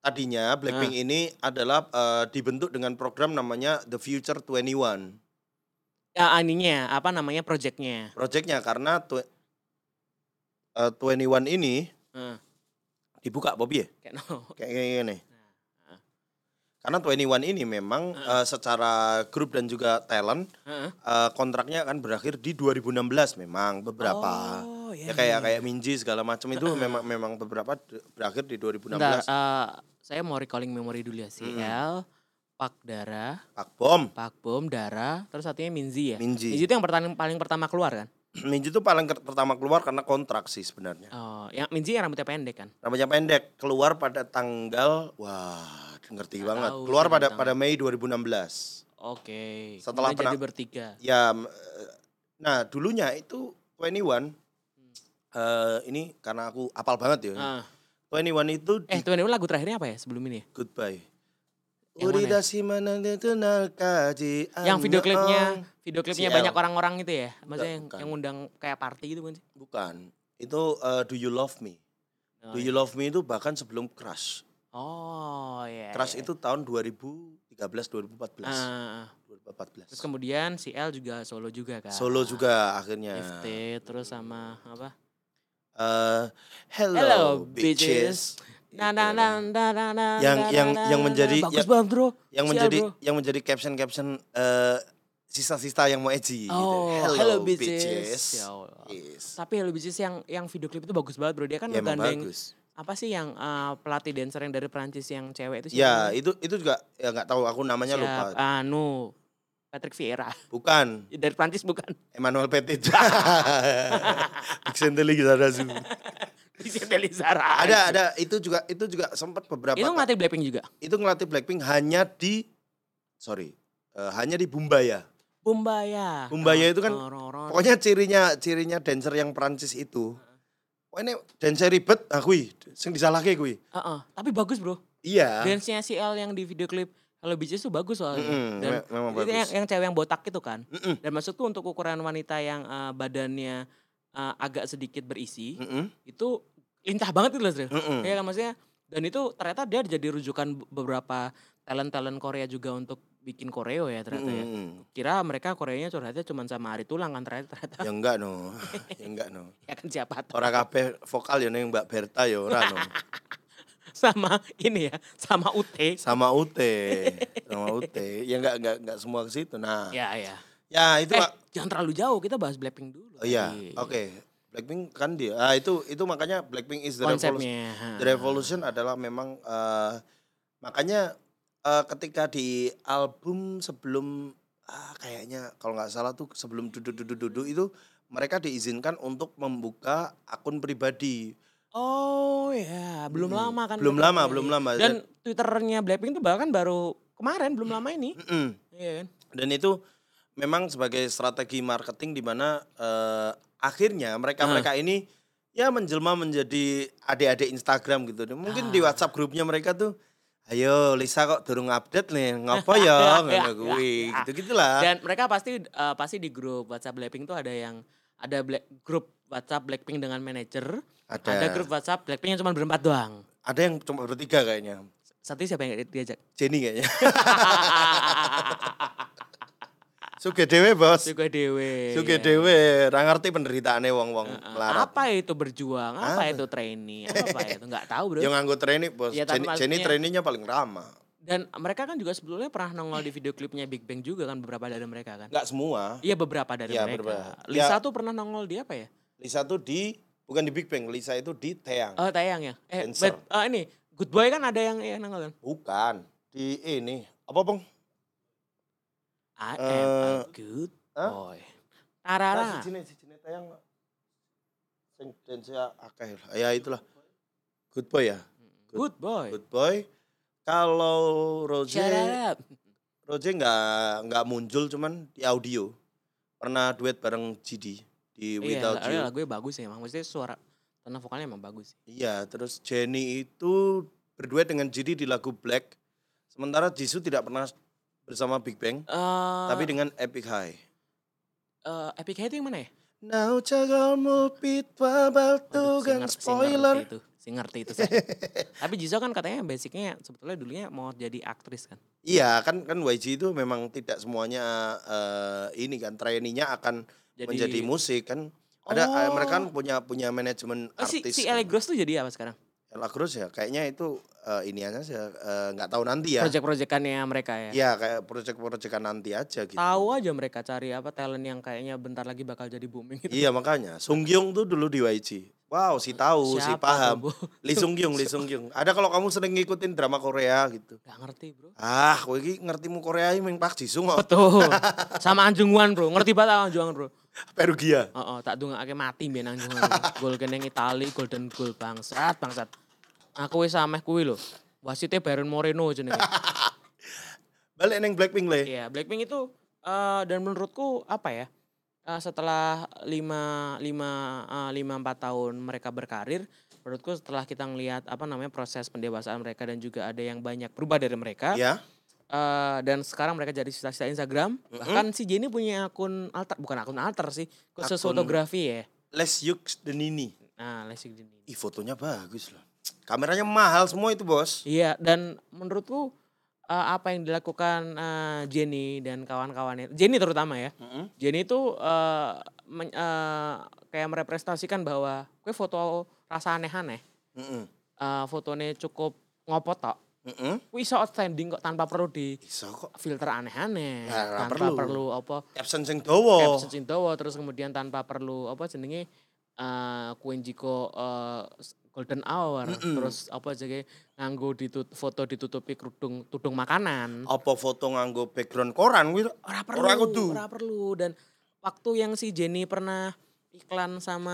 S2: Tadinya Blackpink ini adalah eh, dibentuk dengan program namanya The Future 21.
S1: Ya, aninya, apa namanya, projectnya.
S2: Projectnya karena twe- eh, 21 ini
S1: Heeh.
S2: dibuka Bobby ya?
S1: Kayak no. *laughs*
S2: Kayak kayak gini. Karena 21 ini memang eh, secara grup dan juga talent
S1: Heeh.
S2: eh, kontraknya akan berakhir di 2016 memang beberapa.
S1: Oh, iya,
S2: ya kayak kayak Minji segala macam itu memang memang beberapa de- berakhir di 2016.
S1: Bentar, eh, saya mau recalling memori dulu ya. CL, Pak Dara,
S2: Pak Bom,
S1: Pak Bom, Dara, terus satunya Minzi ya.
S2: Minji.
S1: Minji itu yang pertama, paling pertama keluar kan?
S2: Minji itu paling ker- pertama keluar karena kontrak sih sebenarnya.
S1: Oh, yang Minji yang rambutnya pendek kan?
S2: Rambutnya pendek keluar pada tanggal wah ngerti banget.
S1: tahu
S2: Keluar
S1: saya
S2: pada
S1: tanggal.
S2: pada Mei 2016.
S1: Oke. Kemudian jadi
S2: Setelah pernah-
S1: bertiga.
S2: Ya m- eh, nah dulunya itu
S1: Hmm.
S2: 21 eh ini karena aku apal banget
S1: Ah.
S2: ya. 21 itu di
S1: Eh, tuan ini lagu terakhirnya apa ya sebelum ini? ya? Yang
S2: Goodbye.
S1: mana ya?
S2: Uridasi nanakaji
S1: Yang video
S2: annyeong.
S1: klipnya, video klipnya
S2: CL.
S1: banyak orang-orang itu ya. Maksudnya yang,
S2: bukan.
S1: yang undang kayak party gitu kan sih?
S2: bukan. Itu eh, Do You Love Me.
S1: Oh,
S2: Do You Love Me itu bahkan sebelum Crush.
S1: Oh, iya.
S2: Crush
S1: iya.
S2: itu tahun 2013 2014.
S1: Ah, terus
S2: 2014.
S1: kemudian si L juga solo juga kan?
S2: Solo ya. juga akhirnya.
S1: FT terus sama apa?
S2: Eh, hello,
S1: Hello,
S2: bitches.
S1: Nah, nah,
S2: Gitu.
S1: nah, nah, nah, nah,
S2: Yang-
S1: nah,
S2: yang-
S1: nah,
S2: yang
S1: nah,
S2: menjadi- ya-
S1: nah. bagus
S2: yang-
S1: banget bro.
S2: yang
S1: Sial,
S2: menjadi
S1: bro.
S2: yang menjadi caption caption eh sisa-sisa yang mau edgy
S1: Oh,
S2: gitu.
S1: hello, bitches. Ya Allah.
S2: Yes.
S1: Tapi Hello Bitches yang yang video klip itu bagus banget bro. Dia kan
S2: Ya, emang
S1: ngegandeng
S2: bagus.
S1: apa sih yang eh, pelatih dancer yang dari Prancis yang cewek itu
S2: Ya,
S1: namanya?
S2: itu itu juga ya nggak tahu aku namanya lupa.
S1: Siap, anu Patrick Vieira. *laughs*
S2: Bukan
S1: Dari Prancis bukan. *laughs*
S2: Emmanuel *laughs* Petit. Dixendeli kita ada Zoom.
S1: Vicente Lizarazu.
S2: Ada ada itu juga itu juga sempat beberapa
S1: Itu
S2: ta-
S1: ngelatih Blackpink juga.
S2: itu ngelatih Blackpink hanya di sorry eh, hanya di Bumbaya.
S1: Bumbaya.
S2: Bumbaya itu kan-
S1: Torororo.
S2: Pokoknya cirinya cirinya dancer yang Perancis itu. Wah ini dancer ribet, ah kui, sing disalahke kui.
S1: Heeh, Tapi bagus bro.
S2: Iya.
S1: Dance-nya si L yang di video klip Hello Bitches itu bagus soalnya.
S2: Mm-mm,
S1: Dan
S2: me- memang
S1: itu yang,
S2: Oh, bagus.
S1: yang cewek yang botak itu kan.
S2: Mm-mm.
S1: Dan maksudku untuk ukuran wanita yang eh, badannya eh, agak sedikit berisi,
S2: Mm-mm.
S1: itu lincah banget itu loh, Zril.
S2: Mm. Mm-mm.
S1: Iya kan maksudnya. Dan itu ternyata dia jadi rujukan be- beberapa talent-talent Korea juga untuk bikin koreo ya ternyata ya.
S2: Mm-mm.
S1: Kira mereka koreanya curhatnya cuma sama Ari Tulang kan ternyata, ternyata
S2: Ya enggak no. *laughs* ya enggak no.
S1: ya kan siapa tahu.
S2: Ora kabeh vokal ya ning Mbak Berta ya ora no.
S1: Sama ini ya, sama UT.
S2: Sama Ute. Sama Ute. Ya enggak enggak enggak semua ke situ. Nah. Ya,
S1: Ya ya.
S2: itu
S1: Eh,
S2: Pak.
S1: jangan terlalu jauh, kita bahas Blackpink dulu.
S2: Oh iya.
S1: tadi.
S2: Oke. Blackpink kan dia. Ah itu itu makanya Blackpink is the revolution.
S1: Konsepnya.
S2: The Revolution adalah memang eh, makanya eh, ketika di album sebelum ah, kayaknya kalau nggak salah tuh sebelum duduk duduk duduk itu mereka diizinkan untuk membuka akun pribadi
S1: Oh ya, belum
S2: Mm-mm.
S1: lama kan.
S2: Hmm. belum
S1: mereka
S2: lama
S1: mulai.
S2: belum lama
S1: Dan Twitternya Blackpink tuh bahkan baru kemarin, belum lama ini.
S2: Mm-mm.
S1: Iya kan?
S2: dan itu memang sebagai strategi marketing di mana eh, akhirnya mereka mereka ini ya menjelma menjadi adik-adik Instagram gitu mungkin di WhatsApp grupnya mereka tuh ayo Lisa kok durung update nih *laughs* ngapa ya ngono kuwi gitu gitulah
S1: Dan mereka pasti eh, pasti di grup WhatsApp Blackpink tuh ada yang ada black, grup WhatsApp Blackpink dengan manajer,
S2: ada
S1: ada grup WhatsApp Blackpink yang cuma berempat doang.
S2: ada yang cuma bertiga kayaknya
S1: Satu siapa yang diajak? *laughs*
S2: Jenny *laughs* kayaknya suge iya. dewe bos
S1: Suka Dewe.
S2: suge
S1: ya.
S2: dewe ra ngerti penderitaane wong-wong melarat
S1: Apa itu berjuang? Apa,
S2: Ah.
S1: itu trainee? Apa
S2: *laughs*
S1: itu nggak tahu bro?
S2: yang anggo trainee bos
S1: Ya, tapi
S2: Jenny, Jenny
S1: maksudnya-
S2: trainee-nya paling ramah
S1: Dan mereka kan juga sebelumnya pernah nongol di video klipnya Big Bang juga kan beberapa dari mereka kan?
S2: nggak semua
S1: Iya beberapa dari
S2: Iya,
S1: mereka.
S2: beberapa.
S1: Lisa
S2: Ya.
S1: tuh pernah nongol di apa ya?
S2: Lisa tuh di bukan di Big Bang, Lisa itu di Teang.
S1: Oh tayang ya. Eh but,
S2: Dancer.
S1: eh, ini Good Boy kan ada yang yang nongol kan?
S2: Bukan di ini apa bang?
S1: I
S2: Eh,
S1: am a good
S2: hah?
S1: boy.
S2: Nah,
S1: Tarara.
S2: si Jine, si Jine Teang. Sing dance akeh lah. Ya itulah. Good boy ya.
S1: Good boy.
S2: Good boy. Kalau Roje,
S1: Shut up.
S2: Roje nggak nggak muncul cuman di audio. Pernah duet bareng GD
S1: Iya,
S2: di Without
S1: lagu-
S2: You.
S1: lagunya bagus ya emang. Maksudnya suara tone vokalnya emang bagus.
S2: Iya, terus Jenny itu berduet dengan GD di lagu Black. Sementara Jisoo tidak pernah bersama Big Bang,
S1: Eh
S2: tapi dengan Epic High.
S1: eh, Epic High itu yang mana ya?
S2: Now jagalmu pitwa
S1: Waduh,
S2: baltugan
S1: si ngerti- si
S2: spoiler.
S1: ngerti itu. Si ngerti itu.
S2: *laughs*
S1: saya. tapi Jisoo kan katanya basicnya sebetulnya dulunya mau jadi aktris kan.
S2: Iya kan kan YG itu memang tidak semuanya eh, ini kan trainingnya akan
S1: Jadi-
S2: menjadi musik kan. Ada eh,
S1: Oh.
S2: mereka kan punya punya manajemen
S1: Oh, si
S2: artis.
S1: si
S2: kan.
S1: Ellie Gross tuh jadi apa sekarang?
S2: Ella Cruz ya kayaknya itu eh, ini aja sih, eh, nggak tahu nanti ya.
S1: Project-projectannya mereka ya.
S2: Iya kayak proyek-proyekan nanti aja gitu.
S1: Tahu aja mereka cari apa talent yang kayaknya bentar lagi bakal jadi booming gitu.
S2: Iya makanya Sung Kyung tuh dulu di YG. Wow, si tahu, si
S1: Siapa tuh,
S2: paham.
S1: Bu?
S2: Lee Sung Kyung, Lee Sung Kyung. Ada kalau kamu sering ngikutin drama Korea gitu.
S1: Gak ngerti, Bro.
S2: Ah, kowe iki ngertimu Korea iki mung Pak Jisung *laughs* kok.
S1: Betul. Sama Anjunguan, Bro. Ngerti banget Anjunguan, Bro.
S2: Perugia.
S1: Oh, oh tak dungake mati mbiyen Anjunguan. Gol kene ing Itali, golden goal bangsat, bangsat. Aku wis ameh kuwi lho. Wasite Baron Moreno jenenge.
S2: Balik neng Blackpink le.
S1: Iya, Blackpink itu eh, dan menurutku apa ya? eh, setelah lima lima eh, lima empat tahun mereka berkarir, menurutku setelah kita ngelihat apa namanya proses pendewasaan mereka dan juga ada yang banyak berubah dari mereka.
S2: Ya.
S1: eh, dan sekarang mereka jadi sita-sita Instagram. Bahkan si Jenny punya akun alter, bukan akun alter sih, kursus
S2: Akun-
S1: fotografi ya.
S2: Les Yux Denini.
S1: Nah, Lesi Jenny.
S2: Ih, fotonya bagus loh. Kameranya mahal semua itu, Bos.
S1: Iya, dan menurutku eh, apa yang dilakukan eh, Jenny dan kawan-kawannya, Jenny terutama ya,
S2: Mm-mm.
S1: Jenny itu eh, men- eh, kayak merepresentasikan bahwa kue foto rasa aneh-aneh,
S2: Heeh.
S1: eh, fotonya cukup ngopot tok.
S2: Heeh.
S1: Kue iso outstanding kok tanpa perlu di
S2: Iso kok
S1: filter aneh-aneh,
S2: Ya, nggak
S1: tanpa
S2: perlu.
S1: perlu, apa
S2: caption sing dawa.
S1: caption Cintawa, terus kemudian tanpa perlu apa jenenge eh kuen jiko eh, s- golden hour, terus apa jenenge nganggo ditut foto ditutupi kerudung tudung makanan.
S2: Apa foto nganggo background koran kuwi?
S1: Ora perlu,
S2: Ora kudu.
S1: ora perlu dan waktu yang si Jenny pernah iklan sama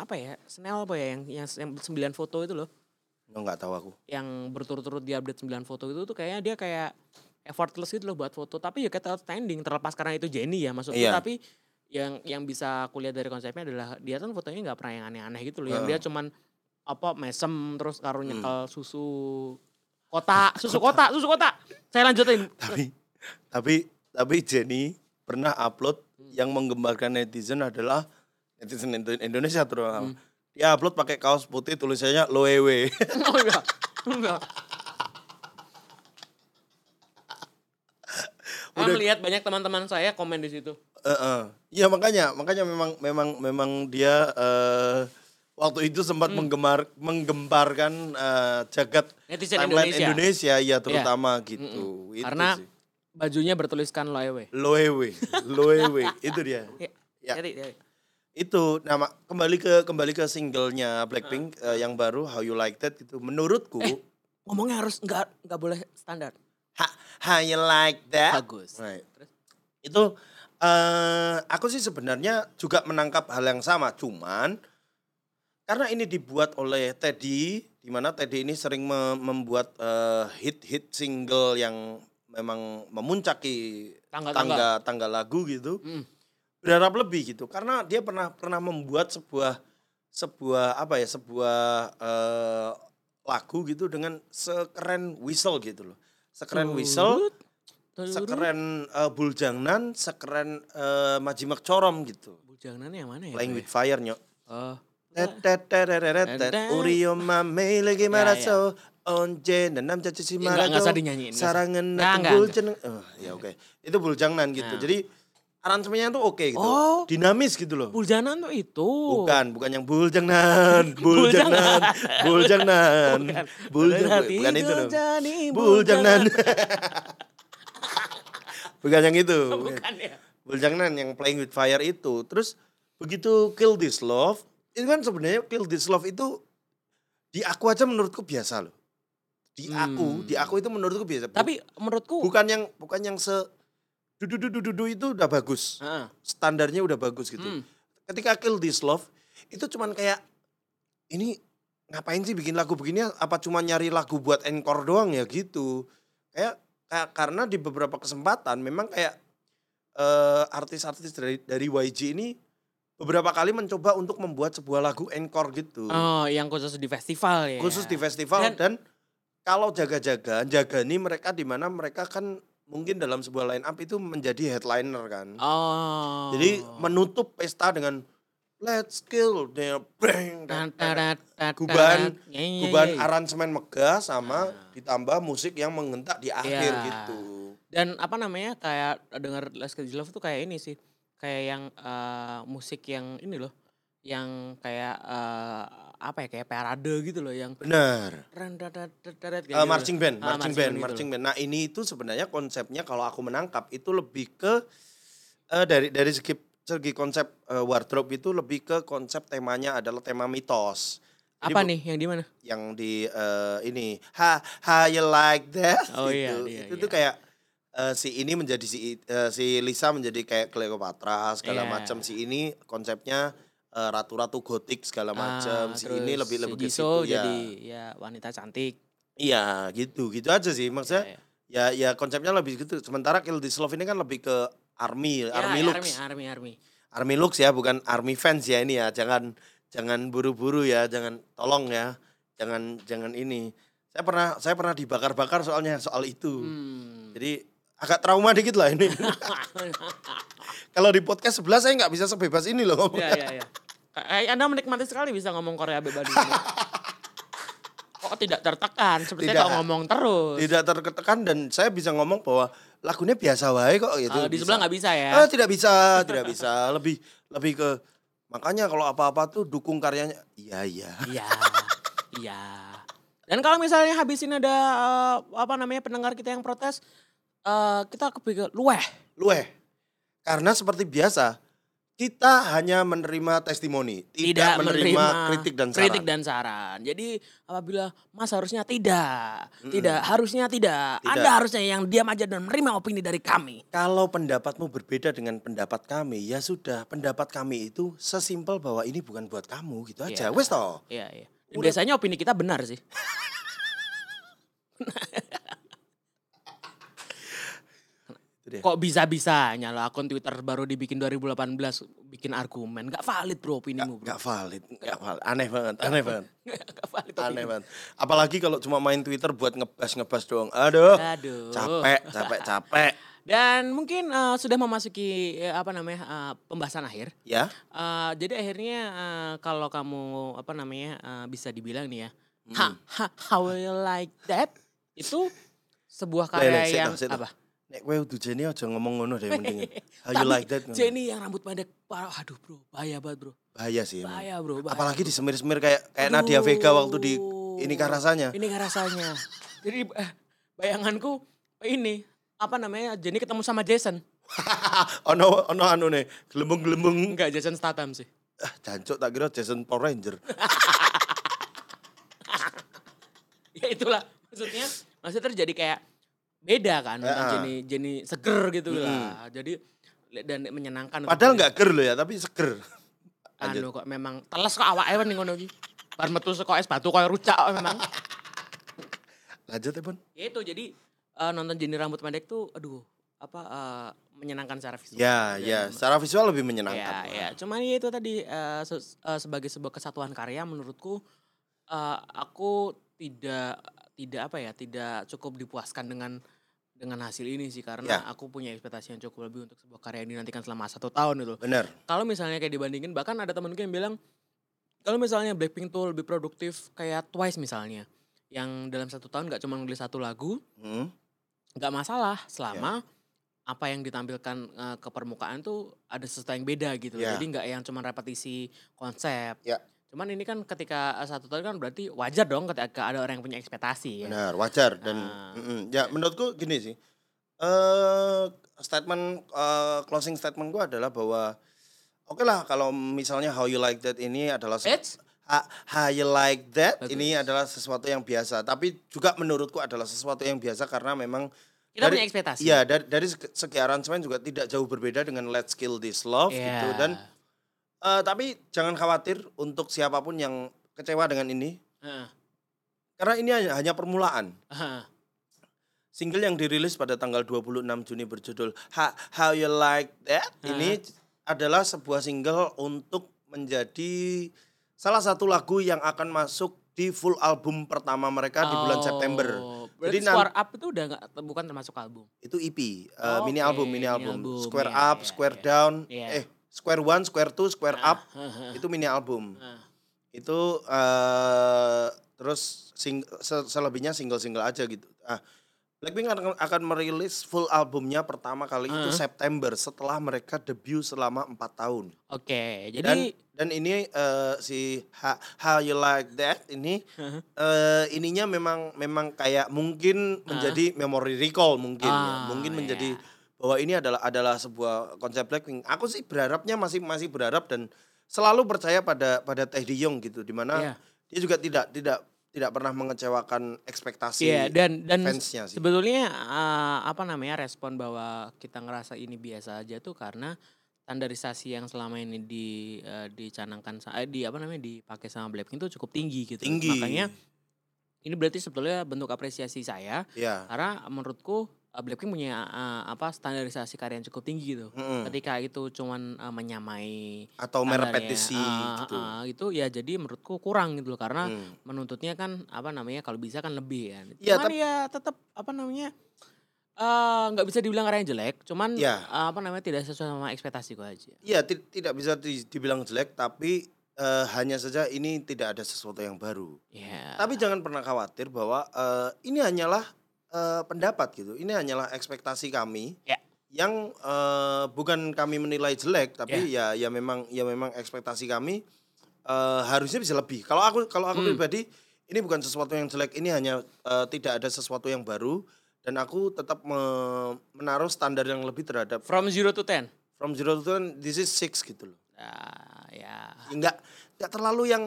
S1: apa ya? Snell apa ya yang yang, yang 9 foto itu loh,
S2: Yo enggak tahu aku.
S1: yang berturut-turut dia update 9 foto itu tuh kayaknya dia kayak effortless gitu loh buat foto, tapi ya kata outstanding terlepas karena itu Jenny ya maksudnya,
S2: Iya.
S1: tapi yang yang bisa aku lihat dari konsepnya adalah dia kan fotonya nggak pernah yang aneh-aneh gitu loh, yang
S2: Heeh. Hmm.
S1: dia cuman apa mesem terus taruh nyekel susu kotak, susu kotak, susu kotak. Saya lanjutin. *laughs*
S2: tapi tapi tapi Jenny pernah upload
S1: Hmm.
S2: yang menggembarkan netizen adalah netizen Indo- Indonesia
S1: Hmm.
S2: terutama. Dia upload pakai kaos putih tulisannya Loewe. *laughs*
S1: oh enggak. Enggak. Saya
S2: Udah-
S1: melihat banyak teman-teman saya komen di situ.
S2: Heeh. Iya makanya makanya memang memang memang dia eh, waktu itu sempat
S1: Hmm.
S2: menggemar menggemparkan eh, jagat
S1: Netizen
S2: timeline
S1: Indonesia. Iya. Hmm,
S2: Indonesia ya terutama gitu. Itu
S1: Karena
S2: sih.
S1: bajunya bertuliskan Loewe.
S2: Loewe, Loewe itu dia.
S1: Ya.
S2: Ya.
S1: jadi- jadi.
S2: itu nama kembali ke kembali ke singlenya Blackpink eh, yang baru How You Like That gitu menurutku
S1: Eh. Ngomongnya harus nggak nggak boleh standar.
S2: Ha- How You Like That
S1: Bagus.
S2: Right.
S1: Terus?
S2: itu eh aku sih sebenarnya juga menangkap hal yang sama cuman karena ini dibuat oleh Teddy di mana Teddy ini sering me- membuat eh, hit-hit single yang memang memuncaki
S1: Tangga-tangga.
S2: tangga tangga lagu gitu
S1: Mm.
S2: berharap lebih gitu karena dia pernah pernah membuat sebuah sebuah apa ya sebuah eh, lagu gitu dengan sekeren whistle gitu loh sekeren whistle
S1: Turut, turut.
S2: sekeren eh, buljangnan sekeren eh, majimak corom gitu
S1: Bujangan yang mana ya?
S2: playing
S1: Bro
S2: with fire nyok
S1: ya? Oh.
S2: Tetetetetetetet, Uriyo mame lagi maraso onje nanam caci si
S1: Ya, nggak- nggak
S2: maraso
S1: usah dinyanyiin, nggak usah.
S2: sarangan
S1: Nggak, nggak,
S2: natunggul jeneng oh, ya oke itu buljangnan gitu
S1: Nah.
S2: jadi aransemennya tuh oke gitu
S1: Oh.
S2: dinamis gitu loh
S1: Bujangan tuh itu.
S2: Bukan, bukan yang
S1: *laughs*
S2: buljangnan, buljangnan, buljangnan, buljangnan,
S1: Berarti
S2: bukan itu loh.
S1: jadi *laughs*
S2: Buljangnan. bukan yang itu.
S1: Bukan ya.
S2: Buljangnan yang playing with fire itu. Terus begitu Kill This Love, itu kan sebenarnya Kill This Love itu di aku aja menurutku biasa loh. Di aku, di aku itu menurutku biasa. Bu-
S1: Hmm. Tapi menurutku.
S2: bukan yang bukan yang se dudu dudu dudu itu udah bagus
S1: Heeh.
S2: standarnya udah bagus gitu.
S1: Hmm.
S2: Ketika Kill This Love itu cuman kayak ini ngapain sih bikin lagu begini? Apa cuma nyari lagu buat encore doang ya gitu? Kayak, kayak karena di beberapa kesempatan memang kayak eh, artis-artis dari dari YG ini beberapa kali mencoba untuk membuat sebuah lagu encore gitu.
S1: Oh, yang khusus di festival ya.
S2: Khusus di festival
S1: Dan-
S2: dan kalau jaga-jaga, jaga nih mereka di mana mereka kan mungkin dalam sebuah line up itu menjadi headliner kan.
S1: Oh.
S2: Jadi menutup pesta dengan let's kill the bang dan guban
S1: Iya,
S2: guban aransemen megah sama ditambah musik yang menggentak di
S1: Ah.
S2: akhir
S1: Iya.
S2: gitu.
S1: dan apa namanya kayak dengar Last Kids Love tuh kayak ini sih kayak yang eh, musik yang ini loh yang kayak eh, apa ya kayak parade gitu loh yang
S2: Benar.
S1: ren- ren- ren- ren- ren- kayak
S2: Eh,
S1: gitu.
S2: marching band,
S1: Ah,
S2: marching band,
S1: gitu
S2: marching
S1: loh.
S2: band. Nah ini itu sebenarnya konsepnya kalau aku menangkap itu lebih ke eh, dari dari segi segi konsep eh, wardrobe itu lebih ke konsep temanya adalah tema mitos. Jadi
S1: Apa
S2: bu-
S1: nih yang di mana?
S2: Yang di eh, ini ha ha you like that?
S1: Oh, iya,
S2: gitu.
S1: iya,
S2: itu
S1: iya.
S2: tuh kayak eh, si ini menjadi si eh, si Lisa menjadi kayak Cleopatra
S1: Iya.
S2: segala macam si ini konsepnya eh, ratu-ratu gotik segala
S1: Ah,
S2: macam si ini
S1: terus
S2: lebih lebih ke
S1: Jisoo
S2: situ, ya.
S1: jadi ya wanita cantik.
S2: Iya gitu gitu aja sih maksudnya
S1: Ya, ya.
S2: ya ya konsepnya lebih gitu sementara Kill This Love ini kan lebih ke army
S1: Ya,
S2: army
S1: ya,
S2: looks army.
S1: Army, army, army.
S2: looks ya bukan army fans ya ini ya jangan jangan buru-buru ya jangan tolong ya jangan jangan ini saya pernah saya pernah dibakar-bakar soalnya soal itu
S1: Hmm. *laughs*
S2: jadi agak trauma dikit lah ini *laughs* kalau di podcast sebelah saya nggak bisa sebebas ini loh
S1: Iya, iya, iya. Kayak Anda menikmati sekali bisa ngomong Korea bebas di
S2: *laughs*
S1: sini. Kok tidak tertekan? Sepertinya
S2: Tidak.
S1: kalau ngomong terus.
S2: *laughs* tidak terketekan dan saya bisa ngomong bahwa lagunya biasa wae kok gitu
S1: Kalau di sebelah nggak bisa ya.
S2: Ah, tidak bisa, tidak bisa. Lebih lebih ke makanya kalau apa-apa tuh dukung karyanya. Iya, iya.
S1: Iya, iya. Dan kalau misalnya habis ini ada eh, apa namanya pendengar kita yang protes, eh kita kepikir lueh.
S2: Lueh. Karena seperti biasa, kita hanya menerima testimoni, tidak, menerima, kritik dan saran.
S1: kritik dan saran. Jadi apabila Mas harusnya tidak, tidak harusnya tidak,
S2: Tidak.
S1: Anda harusnya yang diam aja dan menerima opini dari kami.
S2: Kalau pendapatmu berbeda dengan pendapat kami, ya sudah, pendapat kami itu sesimpel bahwa ini bukan buat kamu gitu aja.
S1: Iya.
S2: Wes toh.
S1: Iya, iya. Dan
S2: Udah.
S1: Biasanya opini kita benar sih.
S2: Itu dia.
S1: Kok bisa-bisanya lo akun Twitter baru dibikin 2018 bikin argumen nggak valid bro opinimu bro.
S2: Gak valid, gak
S1: Iya.
S2: valid. Aneh banget, aneh banget.
S1: *laughs* Nggak valid opini.
S2: Aneh banget. Apalagi kalau cuma main Twitter buat ngebas-ngebas doang. Aduh.
S1: Aduh.
S2: Capek, capek, capek.
S1: Dan mungkin eh, sudah memasuki eh, apa namanya eh, pembahasan akhir.
S2: Ya.
S1: Eh, jadi akhirnya eh, kalau kamu apa namanya eh, bisa dibilang nih ya, ha,
S2: Hmm.
S1: ha, how will you like that itu sebuah
S2: Lele,
S1: karya
S2: sit
S1: yang
S2: down, sit down.
S1: apa?
S2: Nek kowe udu Jenny aja ngomong ngono deh mendingan. How you
S1: Tapi
S2: like that? ngono.
S1: Jenny yang rambut pendek, parah, aduh bro, bahaya banget bro,
S2: Bahaya sih. emang.
S1: bahaya bro. bahaya.
S2: Apalagi disemir-semir kayak kayak Nadia Vega waktu di
S1: Aduh.
S2: ini kan rasanya. *laughs*
S1: Ini kan rasanya. Jadi eh, bayanganku ini apa namanya Jenny ketemu sama Jason.
S2: ono ono anu nih, gelembung-gelembung.
S1: Enggak Jason Statham sih.
S2: Ah, jancuk tak kira Jason Power Ranger.
S1: *laughs* ya itulah maksudnya maksudnya terjadi kayak beda kan tentang
S2: Heeh.
S1: Jenny Jenny seger gitu lah jadi dan menyenangkan
S2: Padahal
S1: untuk
S2: nggak ger loh ya, tapi seger.
S1: Jenny. anu kok memang teles kok awak ewan nih ngono iki bar metu saka es batu koyo rujak kok
S2: *laughs*
S1: memang
S2: Lanjut ya, Bon.
S1: ya itu jadi eh, nonton Jenny rambut pendek tuh aduh apa eh, menyenangkan secara visual
S2: Ya,
S1: Dan-
S2: ya, secara visual lebih
S1: ya
S2: menyenangkan.
S1: ya cuman ya itu tadi eh, se- eh, sebagai sebuah kesatuan karya menurutku eh, aku tidak tidak apa ya tidak cukup dipuaskan dengan dengan hasil ini sih karena
S2: Ya.
S1: aku punya ekspektasi yang cukup lebih untuk sebuah karya yang dinantikan selama satu tahun itu
S2: Bener.
S1: kalau misalnya kayak dibandingin bahkan ada temanku yang bilang kalau misalnya Blackpink tuh lebih produktif kayak Twice misalnya yang dalam satu tahun gak cuma nulis satu lagu
S2: Hmm.
S1: nggak masalah selama
S2: Iya.
S1: apa yang ditampilkan eh, ke permukaan tuh ada sesuatu yang beda gitu loh.
S2: Ya.
S1: Jadi nggak yang cuman repetisi konsep.
S2: Ya.
S1: Cuman ini kan ketika eh, satu tahun kan berarti wajar dong ketika ada orang yang punya ekspektasi ya.
S2: Benar, wajar dan
S1: Ah.
S2: mm-mm. ya menurutku gini sih. Eh statement eh, closing statement gua adalah bahwa oke lah kalau misalnya how you like that ini adalah se-
S1: Eits.
S2: Ha- how you like that
S1: Bagus.
S2: ini adalah sesuatu yang biasa, tapi juga menurutku adalah sesuatu yang biasa karena memang
S1: Kita
S2: dari-
S1: punya ekspektasi.
S2: Iya, dari, dari segi- segi aransemen juga tidak jauh berbeda dengan Let's Kill This Love gitu
S1: Iya.
S2: dan eh, tapi jangan khawatir untuk siapapun yang kecewa dengan ini
S1: Heeh,
S2: karena ini hanya- hanya permulaan.
S1: heeh.
S2: Single yang dirilis pada tanggal 26 Juni berjudul Ha- How You Like That ini adalah sebuah single untuk menjadi salah satu lagu yang akan masuk di full album pertama mereka di
S1: Oh,
S2: bulan September.
S1: Berarti
S2: Jadi nan-
S1: Square Up itu udah nggak bukan termasuk album.
S2: Itu EP, eh,
S1: Oke,
S2: mini album,
S1: mini
S2: mini album,
S1: album,
S2: Square
S1: iya,
S2: Up,
S1: iya,
S2: Square
S1: iya.
S2: Down,
S1: Iya.
S2: eh Square One, Square Two, Square Up
S1: Heeh,
S2: itu mini album.
S1: heeh.
S2: Itu eh terus sing- se- selebihnya single-single aja gitu. Ah, Blackpink akan, akan merilis full albumnya pertama kali itu
S1: Heeh.
S2: September setelah mereka debut selama empat tahun.
S1: Oke, jadi
S2: dan dan ini eh, si Ha- How You Like That ini eh, ininya memang memang kayak mungkin menjadi memory recall mungkin
S1: Ah,
S2: ya. mungkin
S1: iya.
S2: menjadi bahwa ini adalah adalah sebuah konsep Blackpink. Aku sih berharapnya masih masih berharap dan selalu percaya pada pada Tae Young gitu dimana
S1: Iya.
S2: dia juga tidak tidak tidak pernah mengecewakan ekspektasi
S1: Iya dan dan
S2: fansnya sih.
S1: sebetulnya uh, apa namanya respon bahwa kita ngerasa ini biasa aja tuh karena standarisasi yang selama ini di uh, dicanangkan sa- eh, di apa namanya dipakai sama Blackpink itu cukup tinggi gitu.
S2: tinggi.
S1: Makanya ini berarti sebetulnya bentuk apresiasi saya
S2: ya.
S1: karena menurutku uh, Blackpink punya uh, apa standarisasi karya yang cukup tinggi gitu.
S2: Mm-mm.
S1: Ketika itu cuman uh, menyamai
S2: atau
S1: standarnya,
S2: merepetisi
S1: uh,
S2: gitu.
S1: uh, itu ya jadi menurutku kurang gitu loh karena
S2: Hmm.
S1: menuntutnya kan apa namanya kalau bisa kan lebih kan.
S2: Iya,
S1: cuman
S2: tapi-
S1: ya tetap apa namanya eh, nggak bisa dibilang karya yang jelek, cuman
S2: Iya.
S1: eh, apa namanya tidak sesuai sama ekspektasi gua aja.
S2: Iya, ti- tidak bisa di- dibilang jelek, tapi eh, hanya saja ini tidak ada sesuatu yang baru.
S1: Iya.
S2: Tapi jangan pernah khawatir bahwa eh, ini hanyalah eh, pendapat gitu, ini hanyalah ekspektasi kami
S1: Ya.
S2: yang eh, bukan kami menilai jelek, tapi ya ya memang ya memang ekspektasi kami eh, harusnya bisa lebih. Kalau aku kalau aku
S1: Hmm.
S2: pribadi ini bukan sesuatu yang jelek, ini hanya eh, tidak ada sesuatu yang baru dan aku tetap me- menaruh standar yang lebih terhadap
S1: from zero to ten.
S2: from zero to ten, this is six gitu loh
S1: Ah, ya.
S2: nggak nggak terlalu yang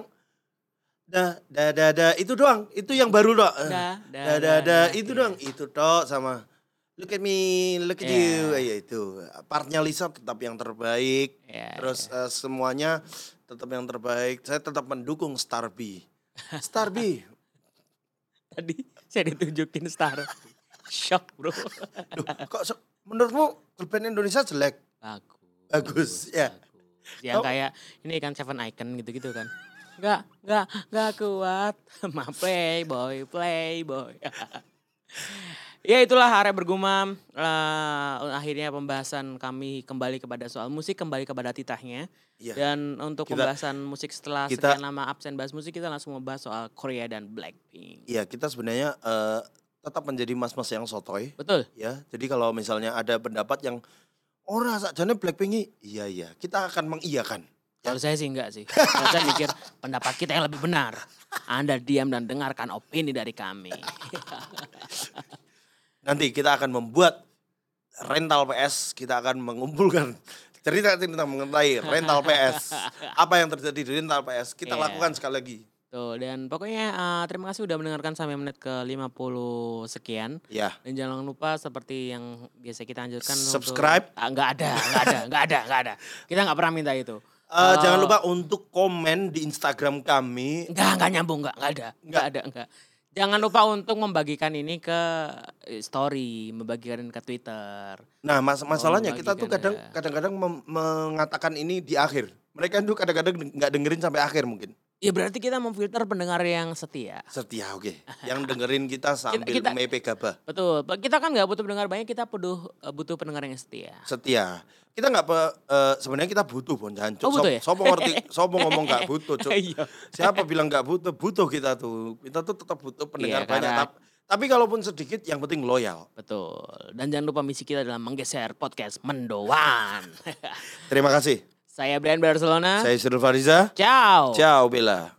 S2: da da da da itu doang itu yang baru doang da
S1: Da, da,
S2: da da,
S1: da,
S2: itu
S1: iya.
S2: doang itu toh sama look at me look at
S1: Iya.
S2: you Eh, ya itu partnya Lisa tetap yang terbaik
S1: Iya,
S2: terus eh, semuanya tetap yang terbaik saya tetap mendukung
S1: *laughs*
S2: Starby Starby
S1: Tadi saya ditunjukin star. *laughs* Shock, Bro.
S2: Duh, kok se- menurutmu girl band Indonesia jelek
S1: Bagus.
S2: bagus ya
S1: bagus. Yang
S2: Tau-
S1: kayak ini kan Seven Icon gitu-gitu kan. Enggak, enggak, enggak kuat. *laughs* Ma playboy, playboy. *laughs* ya itulah area bergumam. Eh, akhirnya pembahasan kami kembali kepada soal musik, kembali kepada titahnya.
S2: Iya.
S1: Dan untuk
S2: Kita-
S1: pembahasan musik setelah
S2: kita-
S1: sekian lama absen bahas musik, kita langsung membahas soal Korea dan Blackpink.
S2: ya kita sebenarnya eh, tetap menjadi mas-mas yang sotoy
S1: Betul.
S2: ya. Jadi kalau misalnya ada pendapat yang ora sakjane Blackpink i, iya iya, kita akan mengiyakan.
S1: Kalau saya sih enggak sih. Kalau saya mikir pendapat kita yang lebih benar. Anda diam dan dengarkan opini dari kami.
S2: Nanti kita akan membuat rental PS, kita akan mengumpulkan *laughs* cerita-cerita mengenai rental PS. Apa yang terjadi di rental PS, kita
S1: Iya.
S2: lakukan sekali lagi.
S1: Tuh, Gitu. dan pokoknya eh, terima kasih udah mendengarkan sampai menit ke 50 sekian.
S2: Ya,
S1: Dan jangan lupa seperti yang biasa kita anjurkan untuk-
S2: Subscribe.
S1: Ah, nggak ada, nggak ada, nggak ada, nggak ada. Kita nggak pernah minta itu.
S2: Eh, jangan lupa untuk komen di Instagram kami.
S1: Nggak, nggak nyambung, nggak, nggak ada, nggak ada, nggak. Jangan lupa untuk membagikan ini ke eh, story, membagikan ke Twitter.
S2: Nah, mas masalahnya kita tuh
S1: membagikan,
S2: kadang
S1: Oh, ya.
S2: kadang-kadang mem- mengatakan ini di akhir. Mereka tuh kadang-kadang nggak dengerin sampai akhir mungkin.
S1: Ya berarti kita memfilter pendengar yang setia.
S2: Setia oke. Yang dengerin kita sambil
S1: *laughs* kita-
S2: mepe gabah.
S1: Betul. Kita kan nggak butuh pendengar banyak, kita butuh eh, butuh pendengar yang setia.
S2: setia kita nggak pe- eh, sebenarnya kita butuh boncan cuk
S1: Oh, butuh ya?
S2: sopo
S1: *laughs*
S2: ngerti sopo ngomong nggak butuh cuk
S1: Iya.
S2: siapa bilang nggak butuh butuh kita tuh kita tuh tetap butuh
S1: Iya,
S2: pendengar banyak
S1: karena-
S2: tap- tapi kalaupun sedikit yang penting loyal
S1: Betul. Dan jangan lupa misi kita dalam menggeser podcast mendoan. *laughs*
S2: terima kasih
S1: Saya Brian Barcelona.
S2: saya Syirul Fariza
S1: Ciao.
S2: ciao Bella